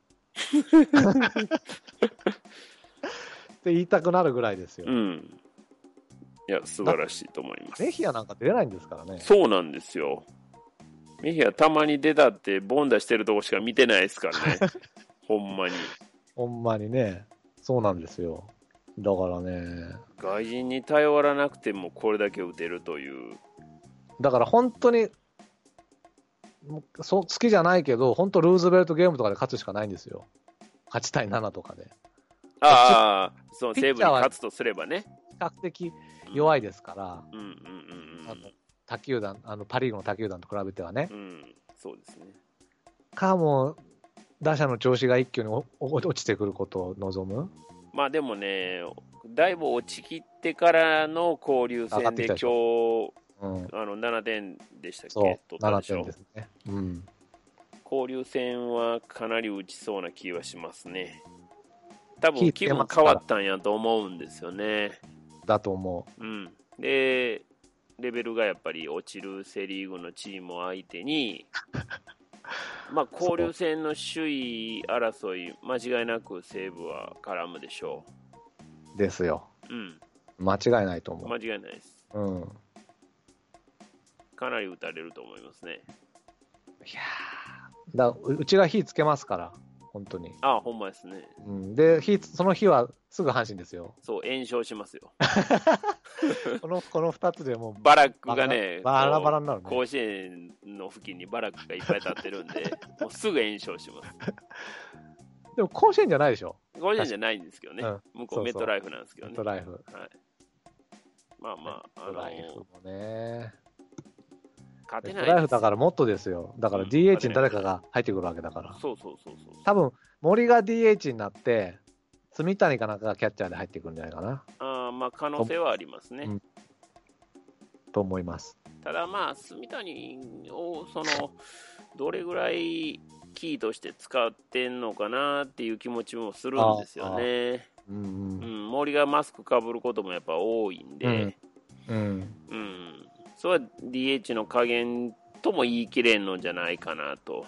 [SPEAKER 1] って言いたくなるぐらいですよ。
[SPEAKER 2] うん。いや、素晴らしいと思います。
[SPEAKER 1] メヒアなんか出ないんですからね。
[SPEAKER 2] そうなんですよ。メヒアたまに出たって、ボンダしてるとこしか見てないですからね。ほんまに。
[SPEAKER 1] ほんまにね、そうなんですよ。だからね、
[SPEAKER 2] 外人に頼らなくてもこれだけ打てるという。
[SPEAKER 1] だから本当に、もうそう好きじゃないけど、本当、ルーズベルトゲームとかで勝つしかないんですよ。8対7とかで。
[SPEAKER 2] ああ、その
[SPEAKER 1] ピッチャ
[SPEAKER 2] 西
[SPEAKER 1] ー
[SPEAKER 2] 武に勝つとすればね。
[SPEAKER 1] 比較的弱いですから、
[SPEAKER 2] うんうんうん
[SPEAKER 1] あの他球団あのパ・リーグの他球団と比べてはね
[SPEAKER 2] う。ん。うん、そうですね。
[SPEAKER 1] かも、打者の調子が一挙におお落ちてくることを望む。
[SPEAKER 2] まあでもね、だいぶ落ちきってからの交流
[SPEAKER 1] 上がっ
[SPEAKER 2] 戦
[SPEAKER 1] て
[SPEAKER 2] で
[SPEAKER 1] きたで
[SPEAKER 2] 今
[SPEAKER 1] し
[SPEAKER 2] 日、
[SPEAKER 1] うん、
[SPEAKER 2] あの7点でしたっ
[SPEAKER 1] そう
[SPEAKER 2] け、取った
[SPEAKER 1] 7
[SPEAKER 2] でしょ
[SPEAKER 1] 点ですね、うん、
[SPEAKER 2] 交流戦はかなり打ちそうな気はしますね。多
[SPEAKER 1] 聞
[SPEAKER 2] 分
[SPEAKER 1] いて
[SPEAKER 2] 気分
[SPEAKER 1] ますか
[SPEAKER 2] 変
[SPEAKER 1] ら
[SPEAKER 2] わったんやと思うんですよね。
[SPEAKER 1] だと思
[SPEAKER 2] うん、で、レベルがやっぱり落ちるセ・リーグのチームを相 手に、まあ、交流戦の首位争い、間違いなく西武は絡むでしょ
[SPEAKER 1] うですよ
[SPEAKER 2] う。うん、
[SPEAKER 1] 間違いないと思
[SPEAKER 2] 間違いないです。
[SPEAKER 1] う、うん、い
[SPEAKER 2] かなり打たれると思いますね。
[SPEAKER 1] やーだううちが火つけますから本当に、
[SPEAKER 2] ああ、ほんまですね。
[SPEAKER 1] うん、で火つその火はすぐ阪神ですよ
[SPEAKER 2] そう、炎症しますよ。
[SPEAKER 1] このこの2つでもう
[SPEAKER 2] バラックがね、
[SPEAKER 1] バラバラ
[SPEAKER 2] こ
[SPEAKER 1] になる
[SPEAKER 2] う
[SPEAKER 1] ね
[SPEAKER 2] 甲子園の付近にバラックがいっぱい立ってる んで、もうすぐ炎症します。
[SPEAKER 1] でも甲子園じゃないでしょ
[SPEAKER 2] 甲子園じゃないんですけどね、
[SPEAKER 1] うんそう
[SPEAKER 2] 向こ
[SPEAKER 1] そうう
[SPEAKER 2] メットライフなんですけど
[SPEAKER 1] メッ
[SPEAKER 2] ね。
[SPEAKER 1] トライフ
[SPEAKER 2] はい、まあまあ、
[SPEAKER 1] メット
[SPEAKER 2] あの
[SPEAKER 1] ライフもね
[SPEAKER 2] 勝
[SPEAKER 1] メ
[SPEAKER 2] て
[SPEAKER 1] ッ
[SPEAKER 2] な
[SPEAKER 1] ト
[SPEAKER 2] いです
[SPEAKER 1] ライフだからもっとですよだから
[SPEAKER 2] うん
[SPEAKER 1] DH に誰かが入ってくるわけだから
[SPEAKER 2] そうそうそうそう。
[SPEAKER 1] 多分森が DH になって住谷かなんかがキャッチャーで入ってくるんじゃないかな
[SPEAKER 2] あーまあ、可能性はありますね。
[SPEAKER 1] うんと思います
[SPEAKER 2] ただまあ、住谷を、その、どれぐらいキーとして使ってんのかなっていう気持ちもするんですよね。
[SPEAKER 1] うんうん
[SPEAKER 2] うん、森がマスクかぶることもやっぱ多いんで、
[SPEAKER 1] うん、
[SPEAKER 2] うん、それは DH の加減とも言い切れんのじゃないかなと。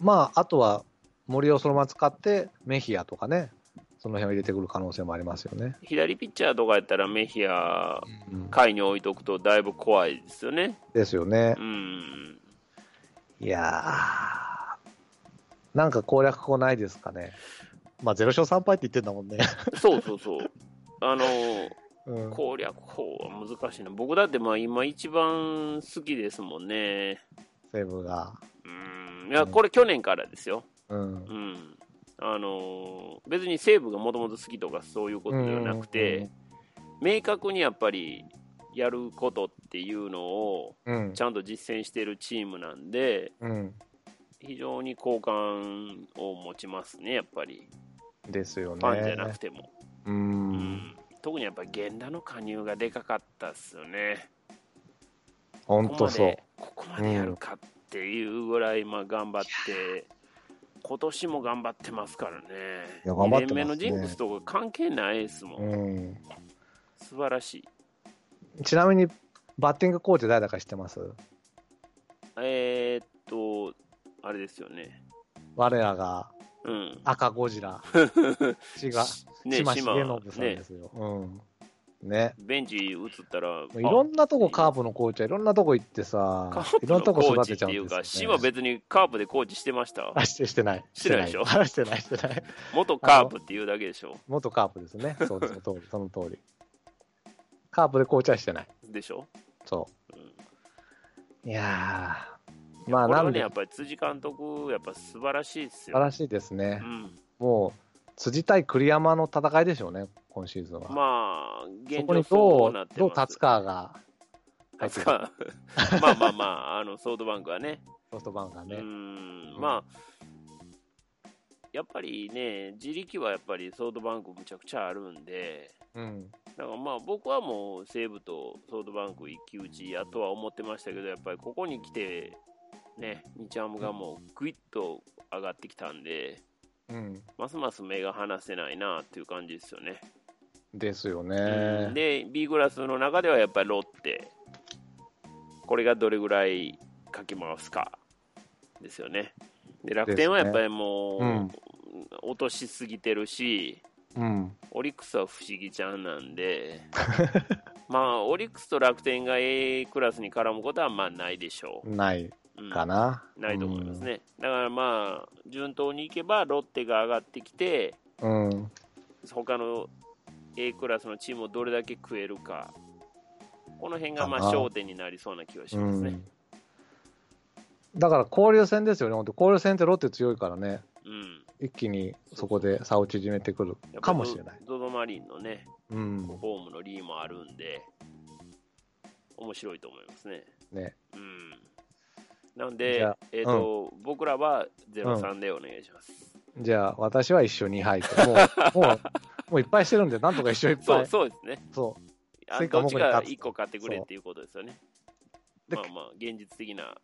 [SPEAKER 1] まああとは森をそのまま使ってメヒアとかねその辺を入れてくる可能性もありますよね、
[SPEAKER 2] 左ピッチャーとかやったらメヒア、
[SPEAKER 1] うん
[SPEAKER 2] 下位に置いとくとだいぶ怖いですよね。
[SPEAKER 1] ですよね
[SPEAKER 2] うん。
[SPEAKER 1] いやーなんか攻略法ないですかねまあ0勝3敗って言ってんだもんね、
[SPEAKER 2] そうそうそう。あの、
[SPEAKER 1] うん、
[SPEAKER 2] 攻略法は難しいな。僕だってまあ今一番好きですもんね。
[SPEAKER 1] セーブが
[SPEAKER 2] うん。いや、これ去年からですよ。
[SPEAKER 1] うん
[SPEAKER 2] うん。あの、別に西武がもともと好きとかそういうことではなくて、明確にやっぱりやることっていうのを
[SPEAKER 1] うん
[SPEAKER 2] ちゃんと実践してるチームなんで、
[SPEAKER 1] うん
[SPEAKER 2] 非常に好感を持ちますね、やっぱり。
[SPEAKER 1] ですよね
[SPEAKER 2] ファンじゃなくても。
[SPEAKER 1] う
[SPEAKER 2] うんん特にやっぱり源田の加入がでかかったっすよね。
[SPEAKER 1] 本
[SPEAKER 2] ここ
[SPEAKER 1] 当
[SPEAKER 2] ま
[SPEAKER 1] そう
[SPEAKER 2] でここまでやるかっていうぐらいまあ頑張って、今年も頑張ってますからね。
[SPEAKER 1] いや頑張ってますね
[SPEAKER 2] 2年目のジンクスとか関係ないですもん。
[SPEAKER 1] うん
[SPEAKER 2] 素晴らしい。
[SPEAKER 1] ちなみにバッティングコーチ誰だか知ってます
[SPEAKER 2] えー、っと、あれですよね。
[SPEAKER 1] 我らが
[SPEAKER 2] うん。
[SPEAKER 1] 赤ゴジ ラ違う
[SPEAKER 2] ね
[SPEAKER 1] 島重信
[SPEAKER 2] 島
[SPEAKER 1] さんで
[SPEAKER 2] ね、
[SPEAKER 1] すよ、うんね
[SPEAKER 2] ベンチ移ったら、
[SPEAKER 1] もういろ
[SPEAKER 2] あ
[SPEAKER 1] んなとこカープのコーチはいろんなとこ行ってさ
[SPEAKER 2] カー
[SPEAKER 1] い
[SPEAKER 2] プ
[SPEAKER 1] ろん
[SPEAKER 2] の
[SPEAKER 1] なと
[SPEAKER 2] コ
[SPEAKER 1] こ
[SPEAKER 2] ー
[SPEAKER 1] 育
[SPEAKER 2] チ
[SPEAKER 1] て
[SPEAKER 2] っ
[SPEAKER 1] ちゃ
[SPEAKER 2] て
[SPEAKER 1] うんで
[SPEAKER 2] いう
[SPEAKER 1] すよ、
[SPEAKER 2] か、
[SPEAKER 1] ね、
[SPEAKER 2] 島別にカープでコーチして ました
[SPEAKER 1] あしてしてない
[SPEAKER 2] してないでしょ
[SPEAKER 1] してないしてない
[SPEAKER 2] 元カープっていうだけでしょ
[SPEAKER 1] 元カープですねそうその通りその通りカープでコーチはしてない
[SPEAKER 2] でしょ、
[SPEAKER 1] そ
[SPEAKER 2] うん
[SPEAKER 1] ういやーまあ
[SPEAKER 2] これ
[SPEAKER 1] な
[SPEAKER 2] は
[SPEAKER 1] ん
[SPEAKER 2] ね、
[SPEAKER 1] で
[SPEAKER 2] やっ
[SPEAKER 1] 素
[SPEAKER 2] ぱり辻監督、やっぱ素晴らしいです
[SPEAKER 1] 晴
[SPEAKER 2] よ。
[SPEAKER 1] らしいですね
[SPEAKER 2] うん、
[SPEAKER 1] もう辻対栗山の戦いでしょうね今シーズンは、
[SPEAKER 2] まあ、
[SPEAKER 1] そ
[SPEAKER 2] 現
[SPEAKER 1] こ
[SPEAKER 2] 状
[SPEAKER 1] に
[SPEAKER 2] そ
[SPEAKER 1] ど
[SPEAKER 2] うなっ
[SPEAKER 1] う
[SPEAKER 2] て
[SPEAKER 1] どう
[SPEAKER 2] ます。
[SPEAKER 1] 立つかが入って
[SPEAKER 2] 立
[SPEAKER 1] く
[SPEAKER 2] つ
[SPEAKER 1] る
[SPEAKER 2] か まあまあまあ、あのソードバンクはね。
[SPEAKER 1] ソフトバンクがね、
[SPEAKER 2] うん
[SPEAKER 1] うん
[SPEAKER 2] まあやっぱりね、自力はやっぱりソードバンクむちゃくちゃあるんで、
[SPEAKER 1] うん、
[SPEAKER 2] だからまあ僕はもう西武とソードバンク一騎打ちやとは思ってましたけど、やっぱりここに来て、ね、日ハムがもうグイッと上がってきたんで、
[SPEAKER 1] うん、
[SPEAKER 2] ますます目が離せないなっていう感じですよね。
[SPEAKER 1] ですよ
[SPEAKER 2] うん
[SPEAKER 1] ね。
[SPEAKER 2] で、B クラスの中ではやっぱりロッテ、これがどれぐらいかき回すかですよね。で、楽天はやっぱりもう、
[SPEAKER 1] うん
[SPEAKER 2] 落としすぎてるし、
[SPEAKER 1] うん、
[SPEAKER 2] オリックスは不思議ちゃんな んで、まあ、オリックスと楽天が A クラスに絡むことはまあないでしょ
[SPEAKER 1] ない
[SPEAKER 2] うん。
[SPEAKER 1] かな。
[SPEAKER 2] ないと思いますね。だからまあ、順当にいけばロッテが上がってきて、
[SPEAKER 1] うん。うん、
[SPEAKER 2] 他の A クラスのチームをどれだけ食えるか、この辺がまあ
[SPEAKER 1] かな
[SPEAKER 2] 焦点になりそうな気はし
[SPEAKER 1] う
[SPEAKER 2] ますね
[SPEAKER 1] ん。だから交流戦ですよね、本当交流戦ってロッテ強いからね、
[SPEAKER 2] うん。
[SPEAKER 1] 一気にそこで差を縮めてくる
[SPEAKER 2] やっぱ
[SPEAKER 1] かもしれない。
[SPEAKER 2] ドドマリンのね、
[SPEAKER 1] うん、
[SPEAKER 2] ホームのリーもあるんで、面白いと思いますね。
[SPEAKER 1] ね。
[SPEAKER 2] うん。なん
[SPEAKER 1] じ
[SPEAKER 2] で
[SPEAKER 1] ゃあ、
[SPEAKER 2] えっ、と、僕らは03でお願いします。
[SPEAKER 1] じゃあ、私は一勝2敗と、もう、もう、もういっぱいしてるんで、なんとか一緒いっ
[SPEAKER 2] そ
[SPEAKER 1] ぱ
[SPEAKER 2] う
[SPEAKER 1] い。
[SPEAKER 2] そうですね。
[SPEAKER 1] そう。
[SPEAKER 2] あ
[SPEAKER 1] 追加
[SPEAKER 2] ど
[SPEAKER 1] 目
[SPEAKER 2] っち
[SPEAKER 1] に
[SPEAKER 2] か
[SPEAKER 1] 勝つ
[SPEAKER 2] 1個買ってくれっていうことですよね。
[SPEAKER 1] で
[SPEAKER 2] まあまあ、現実的な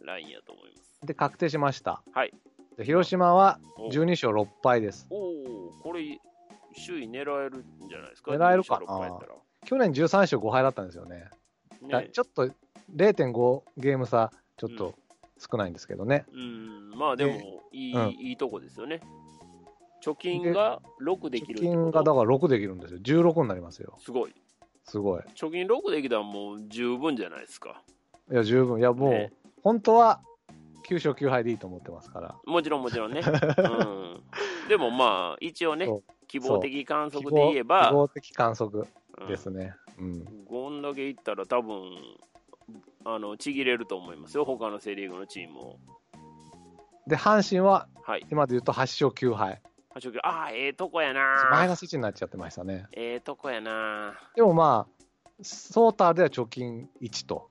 [SPEAKER 2] ラインやと思います。
[SPEAKER 1] で、確定しました。
[SPEAKER 2] はい。
[SPEAKER 1] で広島は
[SPEAKER 2] お
[SPEAKER 1] 12勝6敗です。
[SPEAKER 2] おお、これ、首位狙えるんじゃないですか。
[SPEAKER 1] 狙えるか
[SPEAKER 2] 16敗やったら
[SPEAKER 1] 去年13勝5敗だったんですよね。だ
[SPEAKER 2] ね
[SPEAKER 1] ちょっと0.5ゲーム差、ちょっ
[SPEAKER 2] うん
[SPEAKER 1] と少ないんですけどね。
[SPEAKER 2] うん、まあで
[SPEAKER 1] ね
[SPEAKER 2] も、いい、
[SPEAKER 1] うん
[SPEAKER 2] いいとこですよね。貯金が6でき
[SPEAKER 1] 貯
[SPEAKER 2] るって
[SPEAKER 1] 金
[SPEAKER 2] こ
[SPEAKER 1] がだ
[SPEAKER 2] と
[SPEAKER 1] から6できるんですよ。16になりますよ。
[SPEAKER 2] すごい。
[SPEAKER 1] すごい。
[SPEAKER 2] 貯金6できたらもう十分じゃないですか。
[SPEAKER 1] いや、十分。いや、もう、
[SPEAKER 2] ね
[SPEAKER 1] 本当は9勝9敗でいいと思ってますから。
[SPEAKER 2] もちろんもちろんね。うん、でもまあ、一応ね
[SPEAKER 1] そう、
[SPEAKER 2] 希望的観
[SPEAKER 1] 希
[SPEAKER 2] 測
[SPEAKER 1] 望
[SPEAKER 2] で言えば
[SPEAKER 1] 希、望的観測です
[SPEAKER 2] う
[SPEAKER 1] ね。うん。
[SPEAKER 2] ん、こんだけいったら多分、あの、ちぎれると思いますよ。他のセリーグのチームを。
[SPEAKER 1] で、阪神は
[SPEAKER 2] はい。
[SPEAKER 1] 今で言うと8勝9敗。
[SPEAKER 2] 八勝九ああ、ええとこや
[SPEAKER 1] マイ
[SPEAKER 2] な。
[SPEAKER 1] ナス1になっちゃってましたね。
[SPEAKER 2] ええとこやな。
[SPEAKER 1] でもまあ、ソーターでは貯金1と。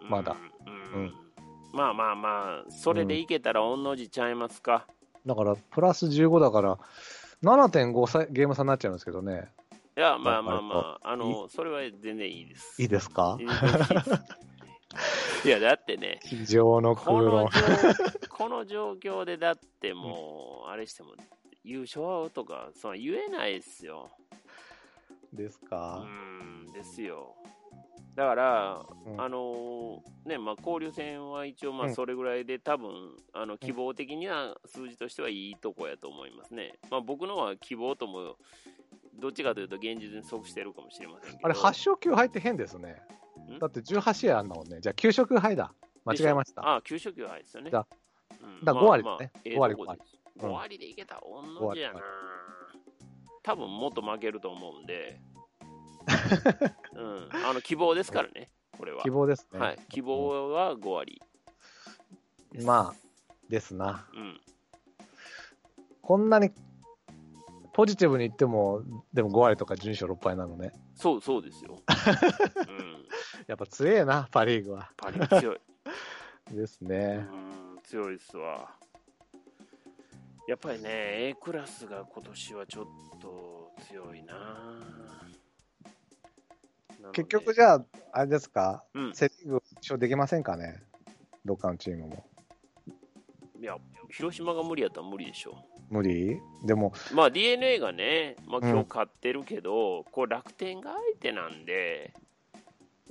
[SPEAKER 2] うん
[SPEAKER 1] まだ。
[SPEAKER 2] うん
[SPEAKER 1] うん
[SPEAKER 2] まあまあまあ、それでいけたら御の字ちゃいますか。
[SPEAKER 1] だから、プラス15だから、7.5さゲーム差になっちゃうんですけどね。
[SPEAKER 2] いや、まあまあ
[SPEAKER 1] な
[SPEAKER 2] まあ、あの、それは全然いいです。
[SPEAKER 1] いいですか
[SPEAKER 2] 全然いいです。いや、だってね、
[SPEAKER 1] 非常の空
[SPEAKER 2] この
[SPEAKER 1] 論。
[SPEAKER 2] 状 この状況でだってもう、あれしても、優勝とか、その言えないですよ。
[SPEAKER 1] です
[SPEAKER 2] う
[SPEAKER 1] か、
[SPEAKER 2] ん、ですよ。だから、
[SPEAKER 1] うん
[SPEAKER 2] あのーね、まあ、交流戦は一応、ま
[SPEAKER 1] う
[SPEAKER 2] あ、
[SPEAKER 1] ん
[SPEAKER 2] それぐらいで、多分、あの、希望的には数字としてはいいとこやと思いますね。まあ、僕のは希望とも、どっちかというと現実に即してるかもしれませんけど。
[SPEAKER 1] あれ、8勝9敗って変ですね
[SPEAKER 2] ん。
[SPEAKER 1] だって18試合あんだもんね。じゃあ9勝9敗だ。間違えました。
[SPEAKER 2] ああ、9勝9敗ですよね。
[SPEAKER 1] だ
[SPEAKER 2] うん
[SPEAKER 1] だから
[SPEAKER 2] まあ
[SPEAKER 1] 5割ですね
[SPEAKER 2] まあえ
[SPEAKER 1] 5割
[SPEAKER 2] えとこです
[SPEAKER 1] うん
[SPEAKER 2] 5割でいけたら、おんのじやな
[SPEAKER 1] 5。
[SPEAKER 2] 多分もっと負けると思う んで、うん、あの希望ですからね、これは。
[SPEAKER 1] 希望ですね。
[SPEAKER 2] はい、希望は5割。
[SPEAKER 1] うんまあ、ですな。
[SPEAKER 2] うん、
[SPEAKER 1] こんなにポジティブに言っても、でも5割とか順勝6敗なのね。
[SPEAKER 2] そうそうです よ。うん、
[SPEAKER 1] やっぱ強えな、パ・リーグは。
[SPEAKER 2] パリー強い。
[SPEAKER 1] です
[SPEAKER 2] う
[SPEAKER 1] ね。
[SPEAKER 2] ん、強いっすわ。やっぱりね、A クラスが今年はちょっと強いななので
[SPEAKER 1] 結局じゃあ、あれですか、
[SPEAKER 2] うん、
[SPEAKER 1] セ・リーグ一勝できませんかね、どっかのチームも。
[SPEAKER 2] いや、広島が無理やったら無理でしょ
[SPEAKER 1] 無理でも、
[SPEAKER 2] う。まあ d n a がね、まあ
[SPEAKER 1] うん
[SPEAKER 2] 今日勝ってるけど、こう楽天が相手なんで、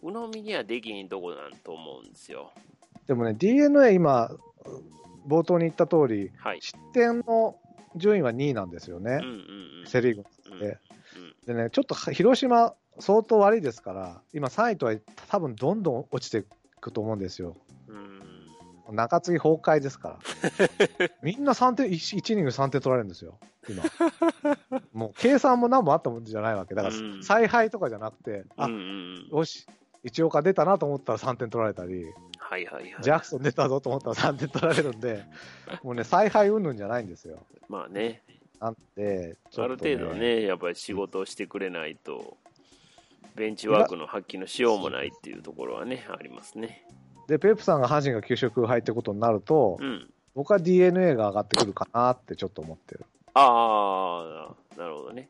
[SPEAKER 2] 鵜呑みにはできひんとこなんと思うんですよ。
[SPEAKER 1] でもね、d n a 今、冒頭に言った通り、
[SPEAKER 2] はい。
[SPEAKER 1] 失点の順位は2位なんですよね、
[SPEAKER 2] うんうんうん。
[SPEAKER 1] セ・リーグ
[SPEAKER 2] うん
[SPEAKER 1] で。
[SPEAKER 2] うん
[SPEAKER 1] でね、ちょっと広島、相当悪いですから、今3位とは多分どんどん落ちていくと思うんですよ。
[SPEAKER 2] うん
[SPEAKER 1] 中継ぎ崩壊です から。みんな3点、1, イニング3点取られるんですよ、今。もう計算も何もあったもんじゃないわけ。だから
[SPEAKER 2] うん、
[SPEAKER 1] 采配とかじゃなくて、あ、
[SPEAKER 2] うんうんうん
[SPEAKER 1] よし、一岡出たなと思ったら3点取られたり、
[SPEAKER 2] はいはいはい。
[SPEAKER 1] ジャクソン出たぞと思ったら3点取られるんで、もうね、采配云々じゃないんですよ。
[SPEAKER 2] まあね、
[SPEAKER 1] なんで、ち
[SPEAKER 2] あ
[SPEAKER 1] ょ
[SPEAKER 2] る
[SPEAKER 1] っとね
[SPEAKER 2] 程度ね、やっぱり仕事をしてくれないと、ベンチワークの発揮のしようもないっていうところはね、ありますね。
[SPEAKER 1] で、ペップさんが阪神が給食入ってことになると、
[SPEAKER 2] うん。
[SPEAKER 1] 僕は d n a が上がってくるかなってちょっと思ってる。
[SPEAKER 2] ああ、なるほどね。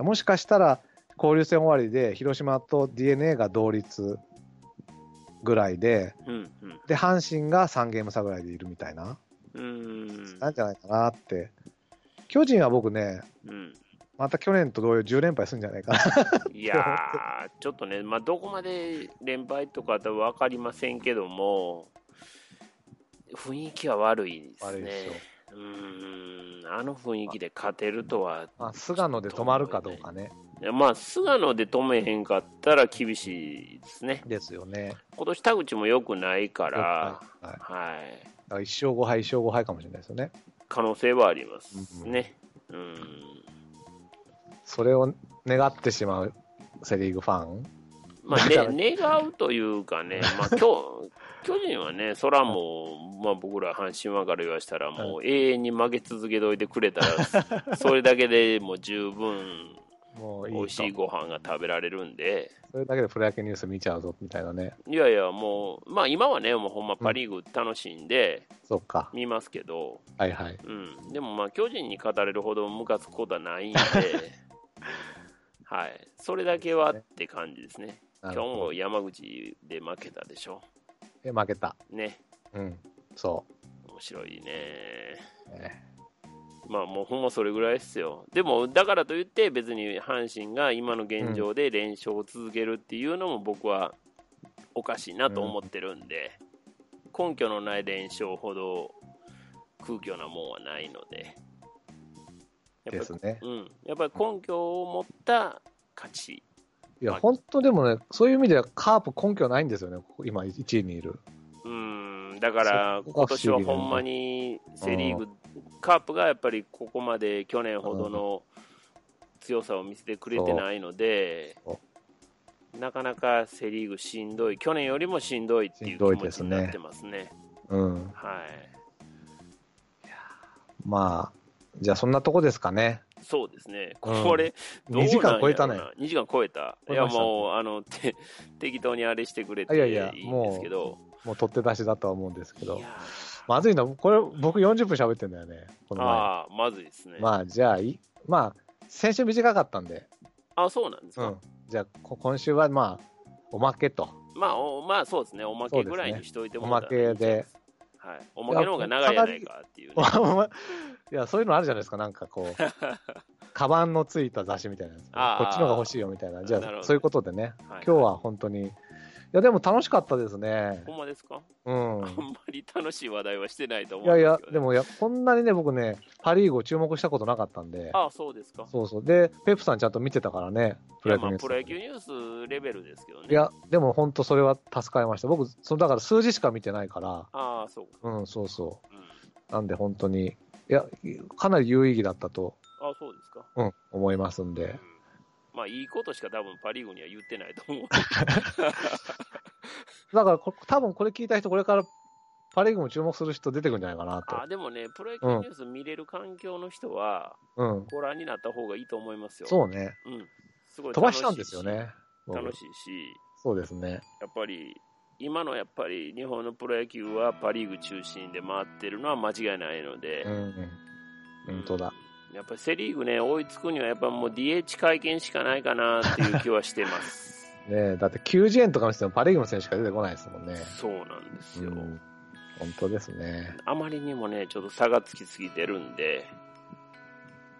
[SPEAKER 1] もしかしたら交流戦終わりで広島と d n a が同率ぐらいで、
[SPEAKER 2] うんうん。
[SPEAKER 1] で、阪神が3ゲーム差ぐらいでいるみたいな、
[SPEAKER 2] うー
[SPEAKER 1] なんんじゃないかなって。巨人は僕ね、
[SPEAKER 2] うん、
[SPEAKER 1] また去年と同様10連敗するんじゃないかな。
[SPEAKER 2] いや ー、ちょっとね、まあ、どこまで連敗とかは分かりませんけども、雰囲気は悪いです
[SPEAKER 1] 悪い
[SPEAKER 2] ね
[SPEAKER 1] でしょ。
[SPEAKER 2] うーん、あの雰囲気で勝てるとは、
[SPEAKER 1] まあ、菅野で止まるかどうかね。
[SPEAKER 2] まあ、菅野で止めへんかったら厳しいですね。
[SPEAKER 1] ですよね。
[SPEAKER 2] 今年田口も良くないから、
[SPEAKER 1] はい、だか
[SPEAKER 2] はい、
[SPEAKER 1] ら1勝5敗、1勝5敗かもしれないですよね。
[SPEAKER 2] 可能性はありますね。うん、
[SPEAKER 1] それを願ってしまうセ・リーグファン。
[SPEAKER 2] まあ、
[SPEAKER 1] だから
[SPEAKER 2] ね、願うというかね、まあ、巨巨人はね、そらもう、まあ、僕ら阪神分から言わしたら、もう永遠に負け続けといてくれたら、それだけでもう十分
[SPEAKER 1] もういい
[SPEAKER 2] 美味しい
[SPEAKER 1] と
[SPEAKER 2] ご飯が食べられるんで、
[SPEAKER 1] それだけでプロ野球ニュース見ちゃうぞみたいなね。
[SPEAKER 2] いやいや、もう、まあ今はね、もうほんまパ・リーグ楽しんで
[SPEAKER 1] そっか。
[SPEAKER 2] 見ますけど、
[SPEAKER 1] はいはい。
[SPEAKER 2] うん、でもまあ巨人に語れるほどムカつくことはないん で、はい、それだけはって感じですね。
[SPEAKER 1] な
[SPEAKER 2] 今
[SPEAKER 1] る
[SPEAKER 2] 日
[SPEAKER 1] ほど
[SPEAKER 2] も山口で負けたでしょ。
[SPEAKER 1] え、負けた。
[SPEAKER 2] ね、
[SPEAKER 1] うん。そ
[SPEAKER 2] 面白いね。
[SPEAKER 1] う。ね
[SPEAKER 2] まあもうほんまそれぐらいですよ。でもだからといって別に阪神が今の現状で連勝を続けるっていうのも僕はおかしいなと思ってるんで、根拠のない連勝ほど空虚なもんはないので。や
[SPEAKER 1] で
[SPEAKER 2] っぱ
[SPEAKER 1] す
[SPEAKER 2] り
[SPEAKER 1] ね。
[SPEAKER 2] うん、やっぱり根拠を持った勝ち。
[SPEAKER 1] いや、本当でもね、そういう意味ではカープ根拠ないんですよね、ここ今1位にいる。
[SPEAKER 2] うん、だから
[SPEAKER 1] そ
[SPEAKER 2] 今
[SPEAKER 1] こが
[SPEAKER 2] 年
[SPEAKER 1] 不思
[SPEAKER 2] は
[SPEAKER 1] 議だ
[SPEAKER 2] ほ
[SPEAKER 1] なん
[SPEAKER 2] まにセ・リーグ、カープがやっぱりここまで去年ほどの強さを見せてくれてないので
[SPEAKER 1] そ、
[SPEAKER 2] なかなかセ・リーグしんどい、去年よりもしんどいってい
[SPEAKER 1] しん
[SPEAKER 2] う
[SPEAKER 1] ど
[SPEAKER 2] 気
[SPEAKER 1] い
[SPEAKER 2] 持
[SPEAKER 1] で
[SPEAKER 2] ち
[SPEAKER 1] す
[SPEAKER 2] に
[SPEAKER 1] ね
[SPEAKER 2] なってますね。
[SPEAKER 1] うん。
[SPEAKER 2] はい、
[SPEAKER 1] まあ、じゃあそんなとこですかね。
[SPEAKER 2] そうですね、
[SPEAKER 1] うん
[SPEAKER 2] これ、どう
[SPEAKER 1] 2時間超えたね。
[SPEAKER 2] 2時間超えた。い
[SPEAKER 1] 超え
[SPEAKER 2] や、
[SPEAKER 1] ました
[SPEAKER 2] もう、あの、て適当にあれしてくれて
[SPEAKER 1] いやいや
[SPEAKER 2] いいんですけど。
[SPEAKER 1] もう取って出しだとは思うんですけ
[SPEAKER 2] いや
[SPEAKER 1] ど。まずいな、これ僕40分喋ってんだよね、この前。
[SPEAKER 2] ああ、まずいですね。
[SPEAKER 1] まあ、じゃあい、まあ、先週短かったんで、
[SPEAKER 2] あ、そうなんです
[SPEAKER 1] う
[SPEAKER 2] か。
[SPEAKER 1] ん。じゃあ、こ今週はまあ、おまけと。
[SPEAKER 2] まあ、おまあ、そうですね。おまけぐらいにしといてもらったらいいんじゃないすか。はい。おまけの方が長いじゃないかっていうね。
[SPEAKER 1] いや、そういうのあるじゃないですか、なんかこう、 カバンのついた雑誌みたいなやつ。
[SPEAKER 2] あー
[SPEAKER 1] こっちのが欲しいよみたいな。じゃ
[SPEAKER 2] なるほど
[SPEAKER 1] あ、そういうことでね、
[SPEAKER 2] はい
[SPEAKER 1] 今日は本当に、いや、でも楽しかったですね
[SPEAKER 2] ほ。んまですか、
[SPEAKER 1] うん
[SPEAKER 2] あ。んまり楽しい話題はしてないと
[SPEAKER 1] い
[SPEAKER 2] 思
[SPEAKER 1] うや
[SPEAKER 2] ん
[SPEAKER 1] い
[SPEAKER 2] で
[SPEAKER 1] や
[SPEAKER 2] すけど、、
[SPEAKER 1] で。もいや、こんなにね、僕ね、パ・リーグを注目したことなかったんで、
[SPEAKER 2] ああ、そうですか。
[SPEAKER 1] そうそう。で、ペップさんちゃんと見てたからね、
[SPEAKER 2] い
[SPEAKER 1] プロ野
[SPEAKER 2] や、
[SPEAKER 1] 球
[SPEAKER 2] まあ
[SPEAKER 1] ニュ、ース。
[SPEAKER 2] プロ野球ニュースレベルですけどね。
[SPEAKER 1] いや、でも本当それは助かりました。僕、そのだから数字しか見てないから、
[SPEAKER 2] ああ、そうか。
[SPEAKER 1] うん、そうそ
[SPEAKER 2] うん。
[SPEAKER 1] う。なんで本当に、いや、かなり有意義だったと、
[SPEAKER 2] ああ、そうですか。
[SPEAKER 1] うん、思いますん
[SPEAKER 2] う
[SPEAKER 1] で
[SPEAKER 2] ん。まあ、いいことしか多分パ・リーグには言ってないと 思う。
[SPEAKER 1] だからこ、多分これ聞いた人、これからパ・リーグも注目する人出てくるんじゃないかな
[SPEAKER 2] ああ、でもね、プロ野球ニュース見れる環境の人は、
[SPEAKER 1] と。うん。
[SPEAKER 2] ご覧になった方がいいと思いますよ。
[SPEAKER 1] そうね。
[SPEAKER 2] うん、すごい
[SPEAKER 1] 飛ばしちゃうんですよね。僕
[SPEAKER 2] 楽しいし、
[SPEAKER 1] そうですね。
[SPEAKER 2] やっぱり、今のやっぱり日本のプロ野球はパ・リーグ中心で回ってるのは間違いないので、
[SPEAKER 1] うん、うん。本当だ。
[SPEAKER 2] やっぱりセ・リーグね、追いつくには、やっぱもう DH 会見しかないかなっていう気はして ます。
[SPEAKER 1] ねえだって90円とかの人もパ・リーグの選手しか出てこないですもんね。
[SPEAKER 2] そうなんです
[SPEAKER 1] う
[SPEAKER 2] よ、
[SPEAKER 1] ん。本当ですね。
[SPEAKER 2] あまりにもね、ちょっと差がつきすぎてるんで、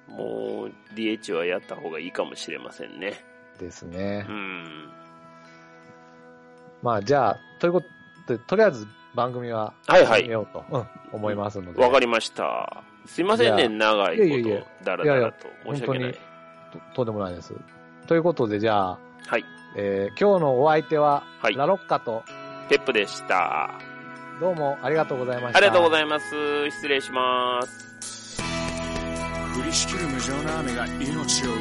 [SPEAKER 2] もう DH はやった方がいいかもしれませんね。
[SPEAKER 1] ですね
[SPEAKER 2] う。ん。
[SPEAKER 1] まあじゃあ、ということで、とりあえず番組は
[SPEAKER 2] はいはい
[SPEAKER 1] 見ようと、うん、思いますので。
[SPEAKER 2] わかりました。すいませんね、
[SPEAKER 1] じ
[SPEAKER 2] 長い
[SPEAKER 1] いやいやい
[SPEAKER 2] こ
[SPEAKER 1] や
[SPEAKER 2] と、だらだらと。
[SPEAKER 1] いや
[SPEAKER 2] 申し訳ない。
[SPEAKER 1] 本ととんでもないです。ということで、じゃあ、
[SPEAKER 2] はい。
[SPEAKER 1] えー今日のお相手は、
[SPEAKER 2] はい
[SPEAKER 1] ラロッカと、
[SPEAKER 2] ペップでした。あ
[SPEAKER 1] どうもありがとうございました。
[SPEAKER 2] りがとうございます。失礼します。
[SPEAKER 3] 降りしきる無情な雨が命を奪う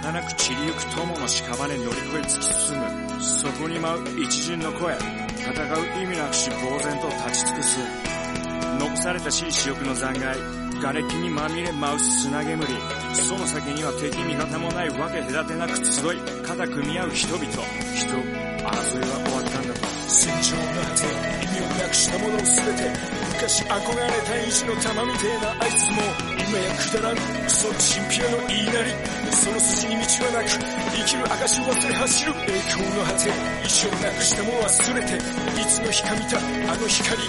[SPEAKER 3] 儚く散りゆく友の屍に乗り越え突き進むそこに舞う一陣の声戦う意味なくし呆然と立ち尽くす残された死に死欲の残骸瓦礫にまみれ舞う砂煙その先には敵味方もないわけ隔てなく集い肩組み合う人々人争いは終わったんだと戦場の果て意味をなくしたものを全て昔憧れた意地の玉みてえなあいつも今やくだらんクソチンピラの言いなりその筋に道はなく生きる証を忘れ走る栄光の果て意地をなくしたものは全ていつの日か見たあの光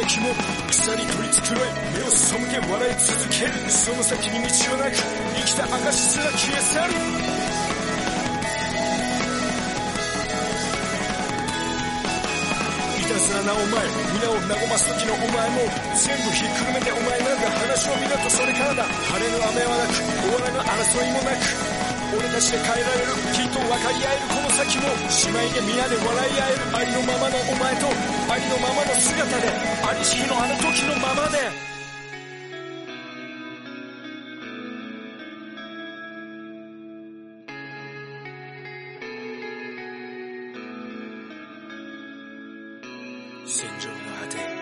[SPEAKER 3] 輝きも鎖取り繕い目を背け笑い続けるその先に道はなく生きた証すら消え去るいたずらなお前皆を和ます時のお前も全部ひっくるめてお前なんか話を見ろとそれからだ晴れの雨はなく終わらぬ争いもなく俺たちで変えられるきっと分かり合えるこの先も姉妹で皆で笑い合えるありのままのお前とありのままの姿でありしきのあの時のままで戦場の果て